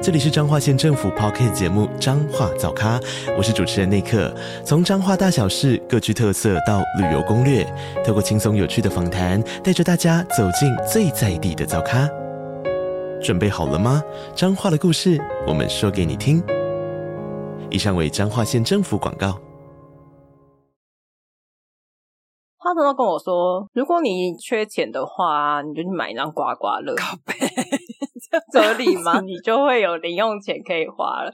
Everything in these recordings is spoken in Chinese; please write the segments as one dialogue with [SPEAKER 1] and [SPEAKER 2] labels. [SPEAKER 1] 这里是彰化县政府 p o c k t 节目《彰化早咖》，我是主持人内克。从彰化大小事各具特色到旅游攻略，透过轻松有趣的访谈，带着大家走进最在地的早咖。准备好了吗？彰化的故事，我们说给你听。以上为彰化县政府广告。
[SPEAKER 2] 他常常跟我说，如果你缺钱的话，你就去买一张刮刮乐， 合理 吗？你就会有零用钱可以花了。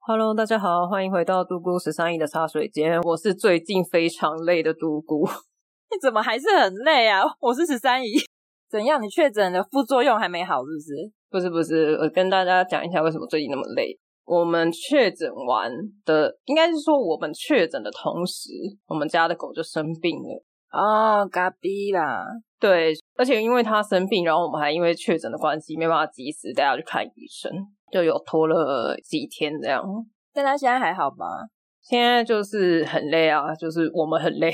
[SPEAKER 2] Hello，大家好，欢迎回到独孤十三姨的茶水间，我是最近非常累的独孤。
[SPEAKER 3] 你怎么还是很累啊？我是十三姨，怎样？你确诊了，副作用还没好是不是？
[SPEAKER 2] 不是不是，我跟大家讲一下为什么最近那么累。我们确诊完的，应该是说我们确诊的同时，我们家的狗就生病了。
[SPEAKER 3] 哦，嘎逼啦！
[SPEAKER 2] 对，而且因为它生病，然后我们还因为确诊的关系没办法及时带它去看医生，就有拖了几天这样。
[SPEAKER 3] 但他现在还好吧？
[SPEAKER 2] 现在就是很累啊，就是我们很累，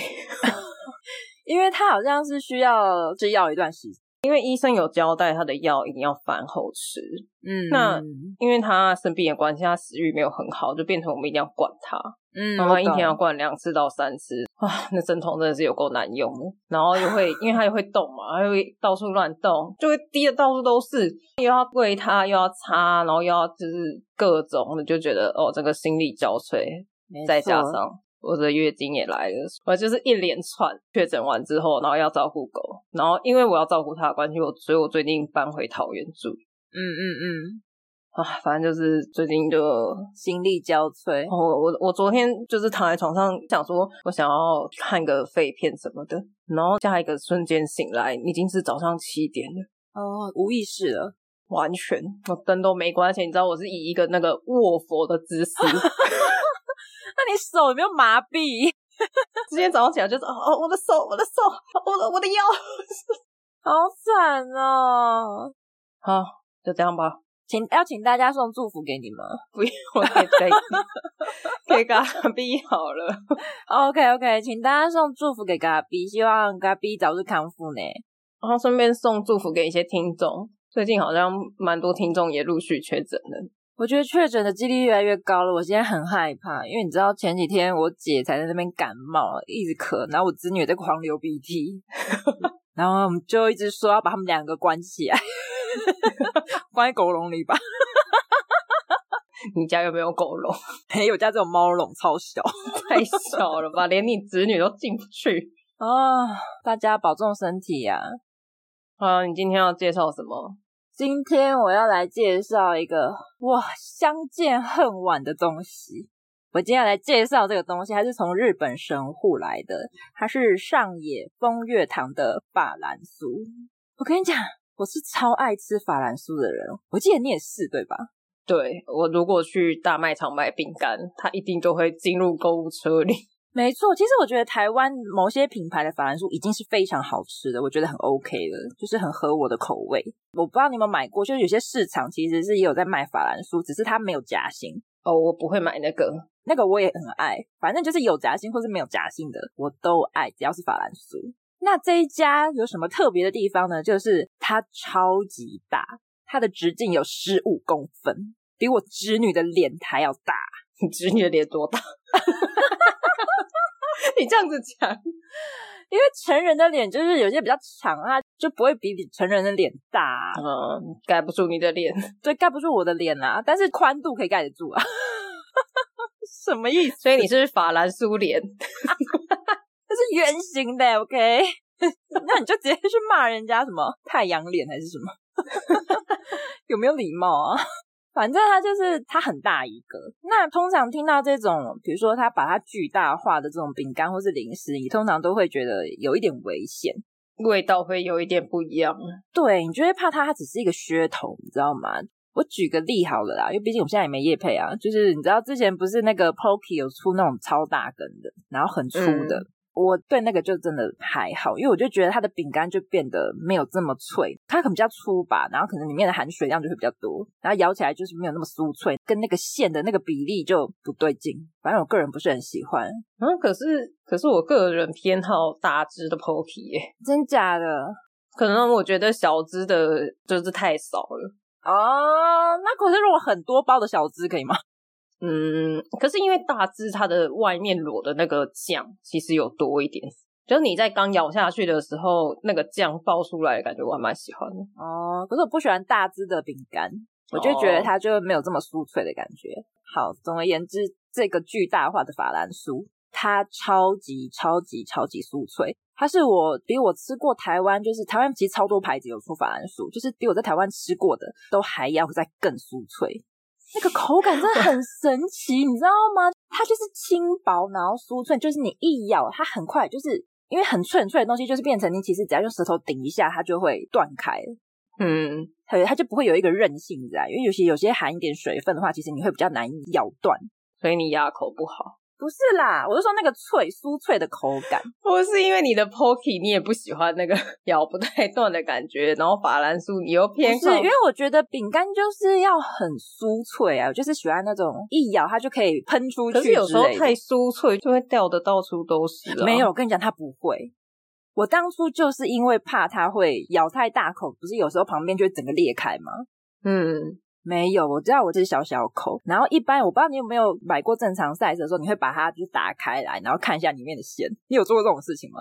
[SPEAKER 3] 因为他好像是需要吃药一段时间。
[SPEAKER 2] 因为医生有交代他的药一定要饭后吃，
[SPEAKER 3] 嗯
[SPEAKER 2] 那因为他生病的关系，他食欲没有很好，就变成我们一定要灌他。
[SPEAKER 3] 嗯，
[SPEAKER 2] 妈妈一天要
[SPEAKER 3] 我懂
[SPEAKER 2] 灌两次到三次，哇，那针筒真的是有够难用的。然后又会，因为它又会动嘛，它又会到处乱动，就会滴的到处都是，又要喂它，又要擦，然后又要就是各种的，就觉得哦，这个心力交瘁。
[SPEAKER 3] 没
[SPEAKER 2] 再加
[SPEAKER 3] 错
[SPEAKER 2] 上我的月经也来了，我就是一连串确诊完之后，然后要照顾狗，然后因为我要照顾它的关系，我所以我最近搬回桃园住
[SPEAKER 3] 嗯嗯嗯，
[SPEAKER 2] 啊，反正就是最近就哦
[SPEAKER 3] 心力交瘁。
[SPEAKER 2] 我我我昨天就是躺在床上想说，我想要看个废片什么的，然后下一个瞬间醒来，已经是早上七点了，
[SPEAKER 3] 哦，无意识了，
[SPEAKER 2] 完全我灯都没关，而且你知道我是以一个那个卧佛的姿势，
[SPEAKER 3] 那你手有没有麻痹？
[SPEAKER 2] 今天早上起来就是哦哦我的手我的手我的我的腰，
[SPEAKER 3] 好惨哦！
[SPEAKER 2] 好就这样吧，
[SPEAKER 3] 请要请大家送祝福给你们。
[SPEAKER 2] 不用我可以 再可以给他 闭好了，
[SPEAKER 3] OK OK，请大家送祝福给嘎逼，希望嘎逼早日康复呢。
[SPEAKER 2] 然后顺便送祝福给一些听众，最近好像蛮多听众也陆续确诊了，
[SPEAKER 3] 我觉得确诊的几率越来越高了，我现在很害怕，因为你知道前几天我姐才在那边感冒，一直咳，然后我侄女也在狂流鼻涕， 然后我们就一直说要把他们两个关起来， 关在狗笼里吧。
[SPEAKER 2] 你家有没有狗笼？
[SPEAKER 3] 没有，家这种猫笼超小
[SPEAKER 2] 太小了吧，连你侄女都进不去。
[SPEAKER 3] 啊！大家保重身体呀、
[SPEAKER 2] 啊，你今天要介绍什么？
[SPEAKER 3] 今天我要来介绍一个哇，相见恨晚的东西。我今天要来介绍这个东西，它是从日本神户来的，它是上野风月堂的法兰酥。我跟你讲，我是超爱吃法兰酥的人，我记得你也是对吧？
[SPEAKER 2] 对我如果去大卖场买饼干，它一定都会进入购物车里。
[SPEAKER 3] 没错，其实我觉得台湾某些品牌的法兰酥已经是非常好吃的，我觉得很 OK 了，就是很合我的口味。我不知道你有没有买过，就是有些市场其实是也有在卖法兰酥，只是它没有夹心。
[SPEAKER 2] 哦，我不会买那个。
[SPEAKER 3] 那个我也很爱，反正就是有夹心或是没有夹心的，我都爱，只要是法兰酥。那这一家有什么特别的地方呢？就是它超级大，它的直径有十五公分，比我侄女的脸还要大。
[SPEAKER 2] 你侄女的脸多大？ 你这样子讲，
[SPEAKER 3] 因为成人的脸就是有些比较长啊，就不会比比成人的脸大、啊，
[SPEAKER 2] 嗯，盖不住你的脸。
[SPEAKER 3] 对，盖不住我的脸啦、但是宽度可以盖得住啊。 什么意思？
[SPEAKER 2] 所以你是法兰苏脸，
[SPEAKER 3] 这是圆形的，OK？那你就直接去骂人家什么太阳脸还是什么？ 有没有礼貌啊？反正它就是它很大一个。那通常听到这种，比如说它把它巨大化的这种饼干或是零食，你通常都会觉得有一点危险。
[SPEAKER 2] 味道会有一点不一样。
[SPEAKER 3] 对，你就会怕它，它只是一个噱头，你知道吗？我举个例好了啦，因为毕竟我们现在也没夜配啊。就是你知道之前不是那个 Pokey 有出那种超大根的，然后很粗的，我对那个就真的还好，因为我就觉得它的饼干就变得没有这么脆，它可能比较粗吧，然后可能里面的含水量就会比较多，然后咬起来就是没有那么酥脆，跟那个馅的那个比例就不对劲。反正我个人不是很喜欢，
[SPEAKER 2] 然啊后可是可是我个人偏好大只的 Pokey，耶、
[SPEAKER 3] 真假的。
[SPEAKER 2] 可能我觉得小只的就是太少了。
[SPEAKER 3] 哦，那可是如果很多包的小只可以吗？
[SPEAKER 2] 嗯，可是因为大只它的外面裸的那个酱其实有多一点，就是你在刚咬下去的时候，那个酱爆出来，感觉我还蛮喜欢的。
[SPEAKER 3] 哦，可是我不喜欢大只的饼干，我就
[SPEAKER 2] 哦
[SPEAKER 3] 觉得它就没有这么酥脆的感觉。好，总而言之，这个巨大化的法兰酥，它超级超级超级酥脆，它是我比我吃过台湾，就是台湾其实超多牌子有出法兰酥，就是比我在台湾吃过的都还要再更酥脆。那个口感真的很神奇，你知道吗？它就是轻薄，然后酥脆，就是你一咬，它很快就是因为很脆很脆的东西，就是变成你其实只要用舌头顶一下，它就会断开。
[SPEAKER 2] 嗯，
[SPEAKER 3] 它它就不会有一个韧性在，因为有些有些含一点水分的话，其实你会比较难咬断。
[SPEAKER 2] 所以你牙口不好，
[SPEAKER 3] 不是啦，我是说那个脆酥脆的口感，
[SPEAKER 2] 不是因为你的 Pokey 你也不喜欢那个 咬不太断的感觉，然后法兰酥你又
[SPEAKER 3] 不
[SPEAKER 2] 偏
[SPEAKER 3] 是因为我觉得饼干就是要很酥脆啊，我就是喜欢那种一咬它就可以喷出去
[SPEAKER 2] 可
[SPEAKER 3] 之
[SPEAKER 2] 是
[SPEAKER 3] 类的。
[SPEAKER 2] 有时候太酥脆就会掉的到处都是、啊。
[SPEAKER 3] 没有，我跟你讲，它不会。我当初就是因为怕它会咬太大口，不是有时候旁边就会整个裂开吗？
[SPEAKER 2] 嗯，
[SPEAKER 3] 没有，我知道我这是小小口。然后一般我不知道你有没有买过正常 size 的时候，你会把它就是打开来，然后看一下里面的馅。你有做过这种事情吗？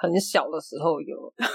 [SPEAKER 2] 很小的时候 有，
[SPEAKER 3] 然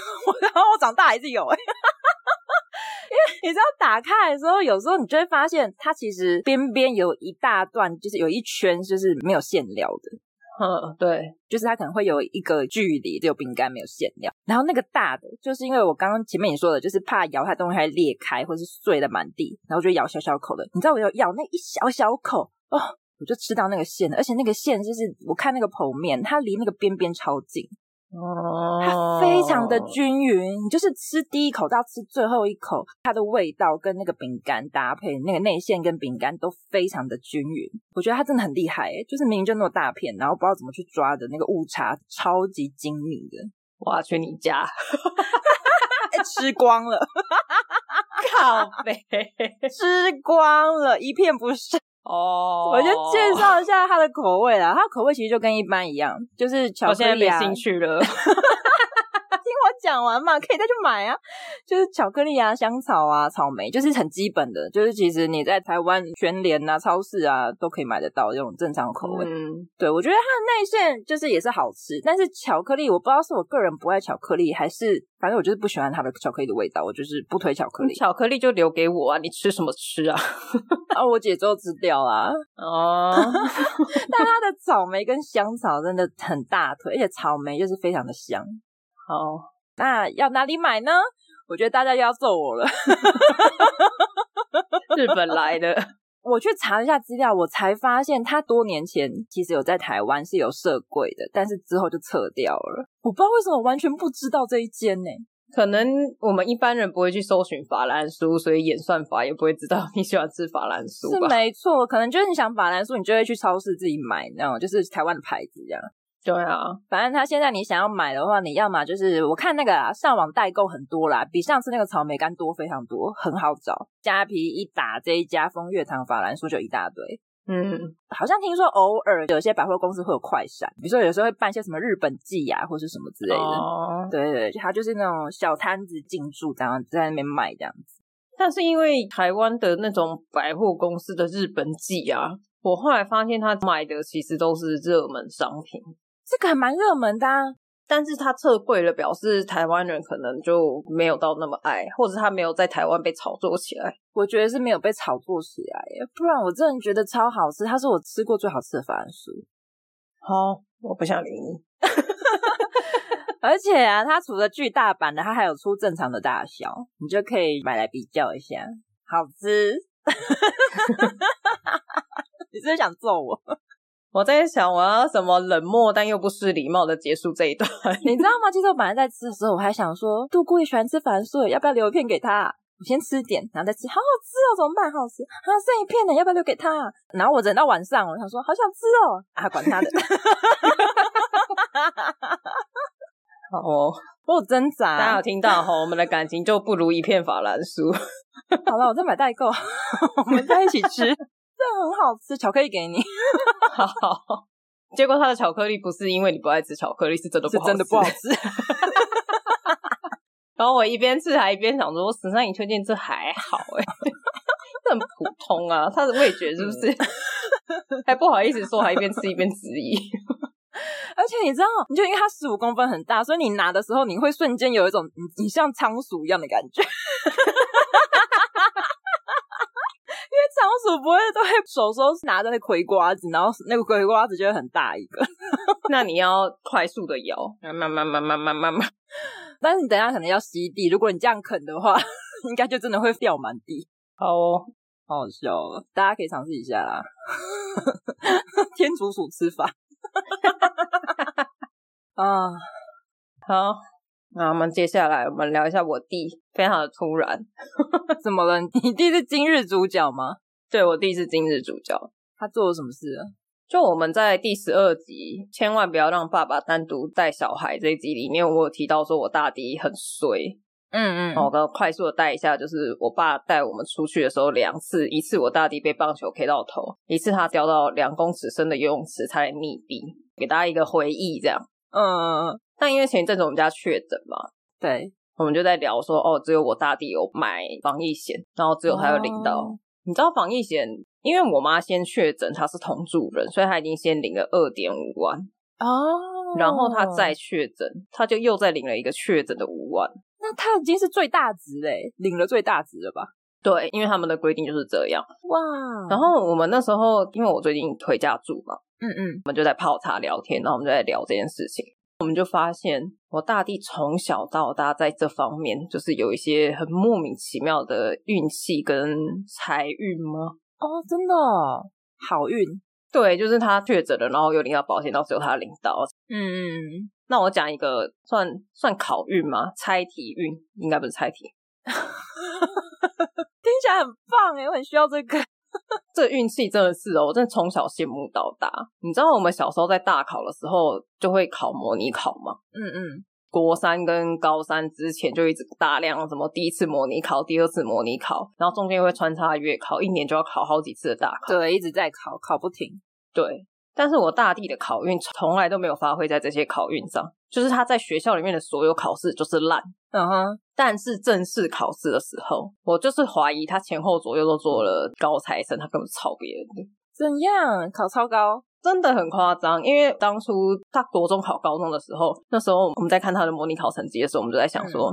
[SPEAKER 3] 后我长大还是有哎、欸。 因为你知道打开来的时候，有时候你就会发现它其实边边有一大段，就是有一圈就是没有馅料的。
[SPEAKER 2] 嗯，对，
[SPEAKER 3] 就是它可能会有一个距离，只有饼干没有馅料。然后那个大的，就是因为我刚刚前面也说了，就是怕咬它东西还裂开或是碎的满地，然后就咬小小口的。你知道我有咬那一小小口哦，我就吃到那个馅了，而且那个馅就是我看那个剖面，它离那个边边超近，它
[SPEAKER 2] 哦
[SPEAKER 3] 非常的均匀。你就是吃第一口到吃最后一口，它的味道跟那个饼干搭配，那个内馅跟饼干都非常的均匀。我觉得它真的很厉害、欸，就是明明就那么大片，然后不知道怎么去抓的那个误差，超级精密的，
[SPEAKER 2] 我要去你家
[SPEAKER 3] 哎、吃光 了，
[SPEAKER 2] 靠背
[SPEAKER 3] 吃光了，一片不剩。
[SPEAKER 2] 哦，
[SPEAKER 3] 我就介绍一下它的口味啦，它的口味其实就跟一般一样，就是巧
[SPEAKER 2] 我哦
[SPEAKER 3] 克
[SPEAKER 2] 现在
[SPEAKER 3] 力
[SPEAKER 2] 没
[SPEAKER 3] 啊，
[SPEAKER 2] 兴趣了。
[SPEAKER 3] 听我 讲完嘛，可以再去买啊。就是巧克力啊、香草啊、草莓，就是很基本的，就是其实你在台湾全联啊、超市啊都可以买得到这种正常口味。
[SPEAKER 2] 嗯，
[SPEAKER 3] 对我觉得它的内馅就是也是好吃，但是巧克力我不知道是我个人不爱巧克力，还是反正我就是不喜欢它的巧克力的味道，我就是不推巧克力。
[SPEAKER 2] 嗯巧克力就留给我啊，你吃什么吃啊？
[SPEAKER 3] 啊，我姐就知道啦。
[SPEAKER 2] 哦，
[SPEAKER 3] 啊但它的草莓跟香草真的很大腿，而且草莓就是非常的香。
[SPEAKER 2] 好，
[SPEAKER 3] 那要哪里买呢？我觉得大家又要揍我了。
[SPEAKER 2] 日本来的，
[SPEAKER 3] 我去查了一下资料，我才发现他多年前其实有在台湾是有设柜的，但是之后就撤掉了。我不知道为什么我完全不知道这一间呢、
[SPEAKER 2] 可能我们一般人不会去搜寻法兰酥，所以演算法也不会知道你喜欢吃法兰酥
[SPEAKER 3] 是
[SPEAKER 2] 吧？
[SPEAKER 3] 没错，可能就是你想法兰酥，你就会去超市自己买那种，就是台湾的牌子这样。
[SPEAKER 2] 对啊，
[SPEAKER 3] 反正他现在你想要买的话，你要么就是我看那个啊，上网代购很多啦，比上次那个草莓干多非常多，很好找。虾皮一打这一家风月堂法兰酥就一大堆。
[SPEAKER 2] 嗯，
[SPEAKER 3] 好像听说偶尔有些百货公司会有快闪，比如说有时候会办一些什么日本季呀、或是什么之类的。
[SPEAKER 2] 哦，
[SPEAKER 3] 对对对，它就是那种小摊子进驻，然后在那边卖这样子。
[SPEAKER 2] 但是因为台湾的那种百货公司的日本季啊，我后来发现他卖的其实都是热门商品，
[SPEAKER 3] 这个还蛮热门的、啊，
[SPEAKER 2] 但是他撤柜了，表示台湾人可能就没有到那么爱，或者他没有在台湾被炒作起来。
[SPEAKER 3] 我觉得是没有被炒作起来耶，不然我真的觉得超好吃，它是我吃过最好吃的法兰酥。
[SPEAKER 2] 好，哦我不想理你。
[SPEAKER 3] 而且啊，它除了巨大版的，它还有出正常的大小，你就可以买来比较一下，好吃。 你是不是想揍我？
[SPEAKER 2] 我在想，我要什么冷漠但又不失礼貌的结束这一段。
[SPEAKER 3] 你知道吗？其实我本来在吃的时候，我还想说，杜姑也喜欢吃凡素，要不要留一片给他？我先吃一点，然后再吃，好好吃哦，怎么办？好好吃啊，剩一片呢，要不要留给他、啊？然后我忍到晚上，我想说好想吃哦，啊，管他的，
[SPEAKER 2] 好哦，
[SPEAKER 3] 我有挣
[SPEAKER 2] 大家
[SPEAKER 3] 扎
[SPEAKER 2] 有。听到哈？我们的感情就不如一片法兰酥。
[SPEAKER 3] 好了，我再买代购， 我们在一起 吃，这很好吃，巧克力给你，
[SPEAKER 2] 好，结果他的巧克力不是因为你不爱吃巧克力，是真的不
[SPEAKER 3] 是
[SPEAKER 2] 好吃
[SPEAKER 3] 真的不好。吃。
[SPEAKER 2] 然后我一边吃还一边想说，史上你推荐这还好哎、 这很普通啊，他的味觉是不是？ 还不好意思说，还一边吃一边质疑。
[SPEAKER 3] 而且你知道，你就因为它十五公分很大，所以你拿的时候，你会瞬间有一种你你像仓鼠一样的感觉。因 为仓鼠不会都会手手拿着那葵瓜子，然后那个葵瓜子就会很大一个，
[SPEAKER 2] 那你要快速的摇，慢慢慢慢慢慢慢慢。
[SPEAKER 3] 但是你等一下可能要吸地，如果你这样啃的话， 应该就真的会掉满地，
[SPEAKER 2] 好哦，
[SPEAKER 3] 好好笑哦！大家可以尝试一下啦， 天竺鼠吃法 啊，
[SPEAKER 2] 好。那我们接下来我们聊一下我弟，非常的突然。
[SPEAKER 3] 怎么了？你弟是今日主角吗？
[SPEAKER 2] 对我弟是今日主角，
[SPEAKER 3] 他做了什么事啊了？
[SPEAKER 2] 就我们在第十二集《千万不要让爸爸单独带小孩》这一集里面，我有提到说我大弟很衰，
[SPEAKER 3] 嗯嗯
[SPEAKER 2] 然后我刚刚快速的带一下，就是我爸带我们出去的时候两次，一次我大弟被棒球 K 到头，一次他掉到两公尺深的游泳池差点溺毙，给大家一个回忆这样。
[SPEAKER 3] 嗯，嗯，
[SPEAKER 2] 但因为前一阵子我们家确诊嘛，
[SPEAKER 3] 对，
[SPEAKER 2] 我们就在聊说，哦，只有我大弟有买防疫险，然后只有他有领到。
[SPEAKER 3] 哦
[SPEAKER 2] 你知道防疫险，因为我妈先确诊，她是同住人，所以她已经先领了二点五万，
[SPEAKER 3] 哦
[SPEAKER 2] 然后她再，确诊，她就又再领了一个确诊的五万。
[SPEAKER 3] 那他已经是最大值嘞，领了最大值了吧？
[SPEAKER 2] 对，因为他们的规定就是这样。
[SPEAKER 3] 哇，
[SPEAKER 2] 然，后我们那时候，因为我最近回家住嘛，
[SPEAKER 3] 嗯嗯，
[SPEAKER 2] 我们就在泡茶聊天，然后我们就在聊这件事情。我们就发现，我大弟从小到大在这方面，就是有一些很莫名其妙的运气跟财运吗？
[SPEAKER 3] 哦，真的哦好运，
[SPEAKER 2] 对，就是他确诊了，然后有领到保险，到时候他领到。
[SPEAKER 3] 嗯嗯，
[SPEAKER 2] 那我讲一个算算考运吗？猜题运应该不是猜题，
[SPEAKER 3] 听起来很棒哎，我很需要这个，
[SPEAKER 2] 这运气真的是哦，我真的从小羡慕到大。你知道我们小时候在大考的时候就会考模拟考吗？
[SPEAKER 3] 嗯嗯，
[SPEAKER 2] 国三跟高三之前就一直大量什么第一次模拟考、第二次模拟考，然后中间会穿插月考，一年就要考好几次的大考。
[SPEAKER 3] 对，一直在考，考不停，
[SPEAKER 2] 对，但是我大弟的考运从来都没有发挥在这些考运上，就是他在学校里面的所有考试就是烂。
[SPEAKER 3] 嗯哼，
[SPEAKER 2] 但是正式考试的时候，我就是怀疑他前后左右都做了高材生，他根本抄别人的，
[SPEAKER 3] 怎样？考超高，
[SPEAKER 2] 真的很夸张。因为当初他国中考高中的时候，那时候我们在看他的模拟考成绩的时候，我们就在想
[SPEAKER 3] 嗯
[SPEAKER 2] 说，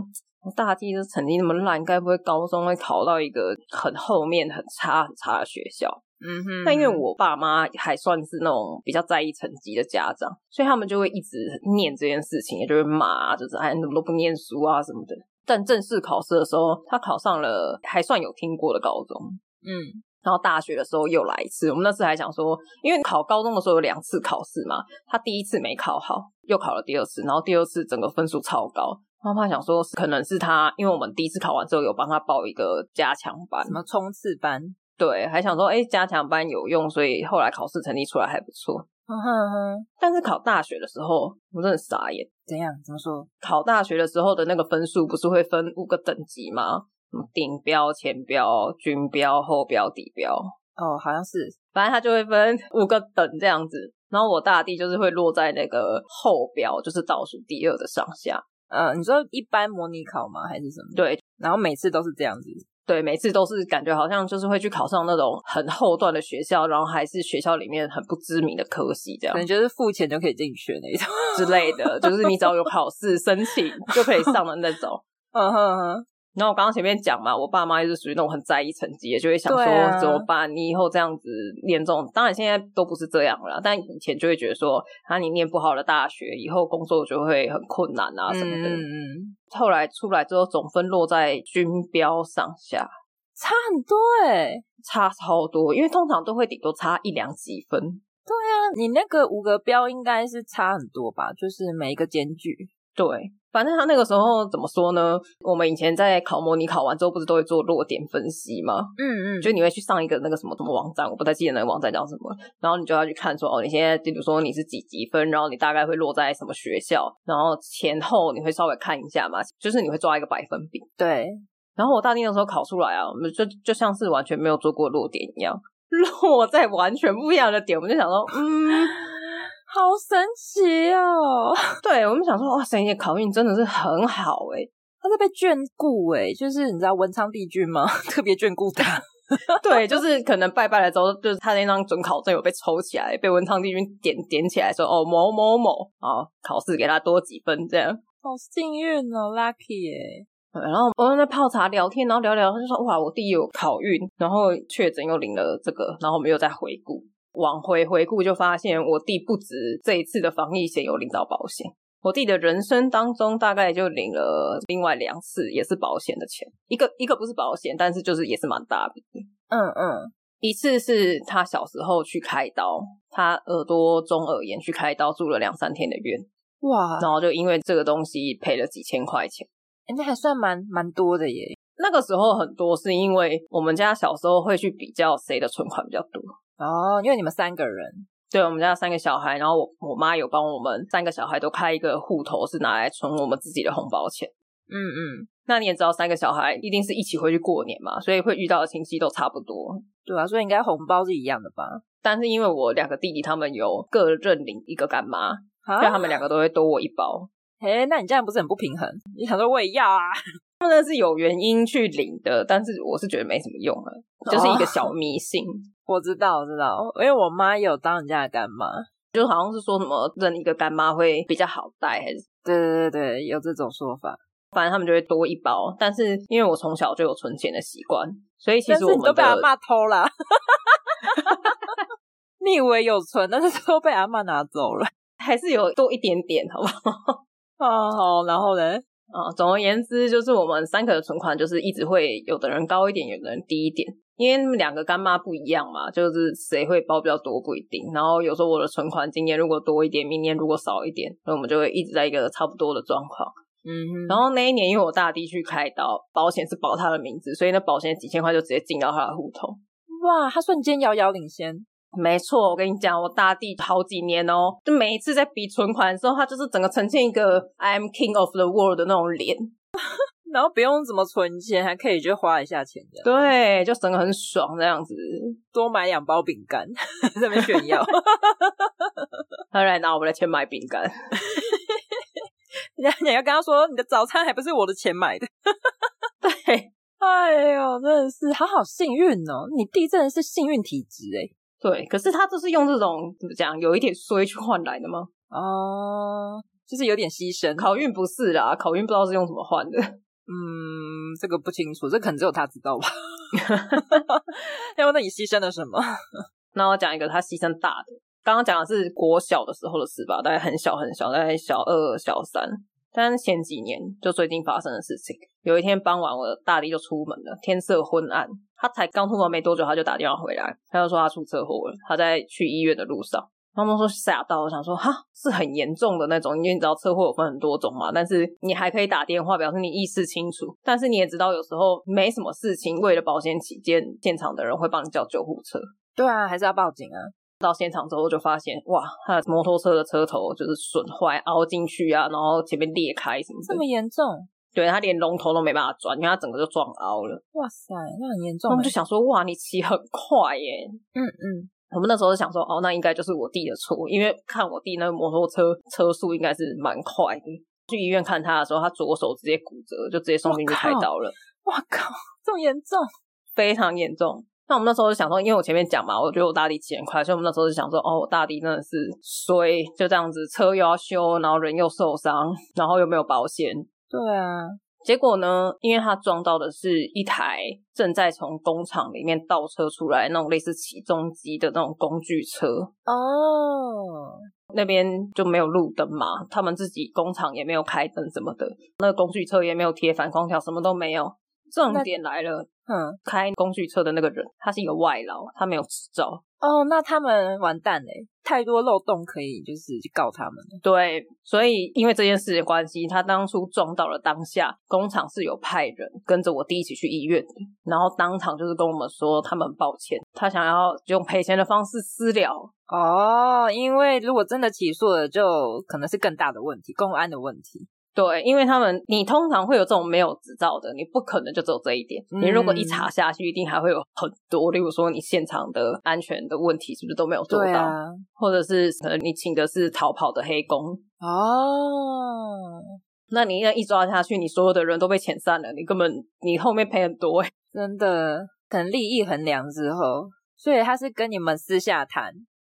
[SPEAKER 2] 我大弟这成绩那么烂，该不会高中会考到一个很后面、很差、很差的学校？
[SPEAKER 3] 嗯哼
[SPEAKER 2] 那因为我爸妈还算是那种比较在意成绩的家长，所以他们就会一直念这件事情，也就会骂啊，就是哎，你怎么都不念书啊什么的。但正式考试的时候，他考上了还算有听过的高中，
[SPEAKER 3] 嗯
[SPEAKER 2] 然后大学的时候又来一次。我们那次还想说，因为考高中的时候有两次考试嘛，他第一次没考好，又考了第二次，然后第二次整个分数超高。然后他想说，可能是他，因为我们第一次考完之后有帮他报一个加强班
[SPEAKER 3] 什，么冲刺班，
[SPEAKER 2] 对，还想说，哎，加强班有用，所以后来考试成绩出来还不错。
[SPEAKER 3] 嗯哼嗯哼，
[SPEAKER 2] 但是考大学的时候，我真的傻眼。
[SPEAKER 3] 怎样？怎么说？
[SPEAKER 2] 考大学的时候的那个分数不是会分五个等级吗？什么顶标、前标、均标、后标、底标，
[SPEAKER 3] 哦，好像是，
[SPEAKER 2] 反正它就会分 五个等这样子。然后我大弟就是会落在那个后标，就是倒数第二的上下。
[SPEAKER 3] 呃，你说一般模拟考吗？还是什么？
[SPEAKER 2] 对
[SPEAKER 3] 然后每次都是这样子，
[SPEAKER 2] 对，每次都是感觉好像就是会去考上那种很后段的学校，然后还是学校里面很不知名的科系这样
[SPEAKER 3] 可。能就是付钱就可以进去的那一种。
[SPEAKER 2] 之类的，就是你只要有考试申请就可以上的那种。
[SPEAKER 3] 嗯哼哼，
[SPEAKER 2] 然后我刚刚前面讲嘛，我爸妈就是属于那种很在意成绩，也就会想说
[SPEAKER 3] 对啊
[SPEAKER 2] 怎么办？你以后这样子念这种，当然现在都不是这样了啦，但以前就会觉得说，啊，你念不好的大学，以后工作就会很困难啊什么的。
[SPEAKER 3] 嗯，
[SPEAKER 2] 后来出来之后，总分落在均标上下，
[SPEAKER 3] 差很多哎、
[SPEAKER 2] 差超多，因为通常都会顶多差一两几分。
[SPEAKER 3] 那你那个五个标应该是差很多吧？就是每一个间距，
[SPEAKER 2] 对，反正他那个时候怎么说呢？我们以前在考模拟考完之后，不是都会做落点分析吗？
[SPEAKER 3] 嗯嗯，
[SPEAKER 2] 就你会去上一个那个什么什么网站，我不太记得那个网站叫什么，然后你就要去看说哦，你现在比如说你是几几分，然后你大概会落在什么学校，然后前后你会稍微看一下嘛，就是你会抓一个百分比。
[SPEAKER 3] 对，
[SPEAKER 2] 然后我大一的时候考出来啊，我们就就像是完全没有做过落点一样，落在完全不一样的点，我们就想说，嗯，
[SPEAKER 3] 好神奇哦！
[SPEAKER 2] 对，我们想说，哇塞，你的考运真的是很好欸诶、
[SPEAKER 3] 他是被眷顾哎，就是你知道文昌帝君吗？ 特别眷顾他。
[SPEAKER 2] 对，就是可能拜拜了之后，就是他那张准考证有被抽起来，被文昌帝君点点起来说，哦某某某，好考试给他多几分这样。
[SPEAKER 3] 好幸运哦，lucky 哎！
[SPEAKER 2] 对然后我们在泡茶聊天，然后聊聊，他就说哇，我弟有考运，然后确诊又领了这个，然后我们又在回顾，往回回顾就发现我弟不止这一次的防疫险有领到保险，我弟的人生当中大概就领了另外两次也是保险的钱，一个一个不是保险，但是就是也是蛮大笔的。
[SPEAKER 3] 嗯嗯，
[SPEAKER 2] 一次是他小时候去开刀，他耳朵中耳炎去开刀，住了两三天的院，
[SPEAKER 3] 哇，
[SPEAKER 2] 然后就因为这个东西赔了几千块钱。
[SPEAKER 3] 人家还算蛮蛮多的耶。
[SPEAKER 2] 那个时候很多是因为我们家小时候会去比较谁的存款比较多。
[SPEAKER 3] 哦，因为你们三个人，
[SPEAKER 2] 对我们家三个小孩，然后我我妈有帮我们三个小孩都开一个户头，是拿来存我们自己的红包钱。
[SPEAKER 3] 嗯嗯，
[SPEAKER 2] 那你也知道，三个小孩一定是一起回去过年嘛，所以会遇到的亲戚都差不多。
[SPEAKER 3] 对啊，所以应该红包是一样的吧？
[SPEAKER 2] 但是因为我两个弟弟他们有各认领一个干妈，
[SPEAKER 3] 啊
[SPEAKER 2] 所以他们两个都会多我一包。
[SPEAKER 3] 哎，那你这样不是很不平衡？你想说我也要啊？
[SPEAKER 2] 他们那是有原因去领的，但是我是觉得没什么用了，就是一个
[SPEAKER 3] 哦
[SPEAKER 2] 小迷信，
[SPEAKER 3] 我知道，我知道，因为我妈有当人家的干妈。
[SPEAKER 2] 就好像是说什么认一个干妈会比较好带，还是
[SPEAKER 3] 对对对对，有这种说法。
[SPEAKER 2] 反正他们就会多一包。但是因为我从小就有存钱的习惯，所以其
[SPEAKER 3] 但
[SPEAKER 2] 实我
[SPEAKER 3] 是你
[SPEAKER 2] 们
[SPEAKER 3] 都被阿
[SPEAKER 2] 的
[SPEAKER 3] 妈偷了， 你以为有存，但是都被阿妈拿走了。
[SPEAKER 2] 还是有多一点点，好不好？
[SPEAKER 3] 哦，好，然后呢？
[SPEAKER 2] 啊，总而言之，就是我们三个的存款就是一直会有的人高一点，有的人低一点，因为他们两个干妈不一样嘛，就是谁会包比较多不一定。然后有时候我的存款今年如果多一点，明年如果少一点，那我们就会一直在一个差不多的状况。
[SPEAKER 3] 嗯
[SPEAKER 2] 然后那一年因为我大弟去开刀，保险是保他的名字，所以那保险几千块就直接进到他的户头。
[SPEAKER 3] 哇，他瞬间遥遥领先。
[SPEAKER 2] 没错，我跟你讲，我大弟好几年哦，就每一次在比存款的时候，他就是整个呈现一个 I'm king of the world 的那种脸，
[SPEAKER 3] 然后不用怎么存钱，还可以就花一下钱这样，
[SPEAKER 2] 对，就整个很爽这样子。
[SPEAKER 3] 多买两包饼干， 在那边炫耀，
[SPEAKER 2] 他来拿我们的钱买饼干，
[SPEAKER 3] 人家你要跟他说，你的早餐还不是我的钱买 的，
[SPEAKER 2] 对
[SPEAKER 3] 哎呦，真的是好好幸运哦，你弟真的是幸运体质哎，
[SPEAKER 2] 对，可是他就是用这种怎么讲，有一点衰去换来的吗？
[SPEAKER 3] 哦、就是有点牺牲，
[SPEAKER 2] 考运不是啦，考运不知道是用什么换的。
[SPEAKER 3] 嗯，这个不清楚，这可能只有他知 道吧。要问那你牺牲了什么？
[SPEAKER 2] 那我讲一个他牺牲大的，刚刚讲的是国小的时候的事吧，大概很小很小，大概小二小三。但是前几年就最近发生的事情，有一天傍晚，我的大弟就出门了，天色昏暗，他才刚出门没多久，他就打电话回来，他就说他出车祸了，他在去医院的路上。他们说吓到，我想说哈是很严重的那种，因为你知道车祸有分很多种嘛，但是你还可以打电话表示你意识清楚，但是你也知道有时候没什么事情，为了保险起见，现场的人会帮你叫救护车，
[SPEAKER 3] 对啊，还是要报警啊。
[SPEAKER 2] 到现场之后就发现，哇，他的摩托车的车头就是损坏、凹进去啊，然后前面裂开什么
[SPEAKER 3] 这
[SPEAKER 2] 的，
[SPEAKER 3] 么严重？
[SPEAKER 2] 对他连龙头都没办法转，因为他整个就撞凹了。
[SPEAKER 3] 哇塞，那很严重
[SPEAKER 2] 那我们
[SPEAKER 3] 欸。
[SPEAKER 2] 就想说，哇，你骑很快耶！
[SPEAKER 3] 嗯嗯，
[SPEAKER 2] 我们那时候就想说，哦，那应该就是我弟的错，因为看我弟那个摩托车车速应该是蛮快的。去医院看他的时候，他左手直接骨折，就直接送进去
[SPEAKER 3] 我
[SPEAKER 2] 开
[SPEAKER 3] 靠
[SPEAKER 2] 刀了，
[SPEAKER 3] 哇靠，这么严重？
[SPEAKER 2] 非常严重。那我们那时候就想说，因为我前面讲嘛，我觉得我大弟骑很快，所以我们那时候就想说，哦，我大弟真的是衰，就这样子，车又要修，然后人又受伤，然后又没有保险。
[SPEAKER 3] 对啊，
[SPEAKER 2] 结果呢，因为他撞到的是一台正在从工厂里面倒车出来那种类似起重机的那种工具车，
[SPEAKER 3] 哦，
[SPEAKER 2] 那边就没有路灯嘛，他们自己工厂也没有开灯什么的，那个工具车也没有贴反光条，什么都没有。重
[SPEAKER 3] 那
[SPEAKER 2] 点来了，
[SPEAKER 3] 嗯，
[SPEAKER 2] 开工具车的那个人他是一个外劳，他没有执照，
[SPEAKER 3] 哦，那他们完蛋嘞。太多漏洞可以就是去告他们了。
[SPEAKER 2] 对，所以因为这件事的关系，他当初撞到了当下，工厂是有派人跟着我弟一起去医院的，然后当场就是跟我们说他们很抱歉，他想要用赔钱的方式私了。
[SPEAKER 3] 哦，因为如果真的起诉了，就可能是更大的问题，公安的问题。
[SPEAKER 2] 对，因为他们你通常会有这种没有执照的，你不可能就只有这一点。你如果
[SPEAKER 3] 嗯
[SPEAKER 2] 一查下去，一定还会有很多，例如说你现场的安全的问题是不是都没有做
[SPEAKER 3] 对
[SPEAKER 2] 到，
[SPEAKER 3] 啊，
[SPEAKER 2] 或者是可能你请的是逃跑的黑工，
[SPEAKER 3] 哦，
[SPEAKER 2] 那你一抓下去，你所有的人都被遣散了，你根本你后面赔很多、欸。
[SPEAKER 3] 真的，可能利益衡量之后，所以他是跟你们私下谈。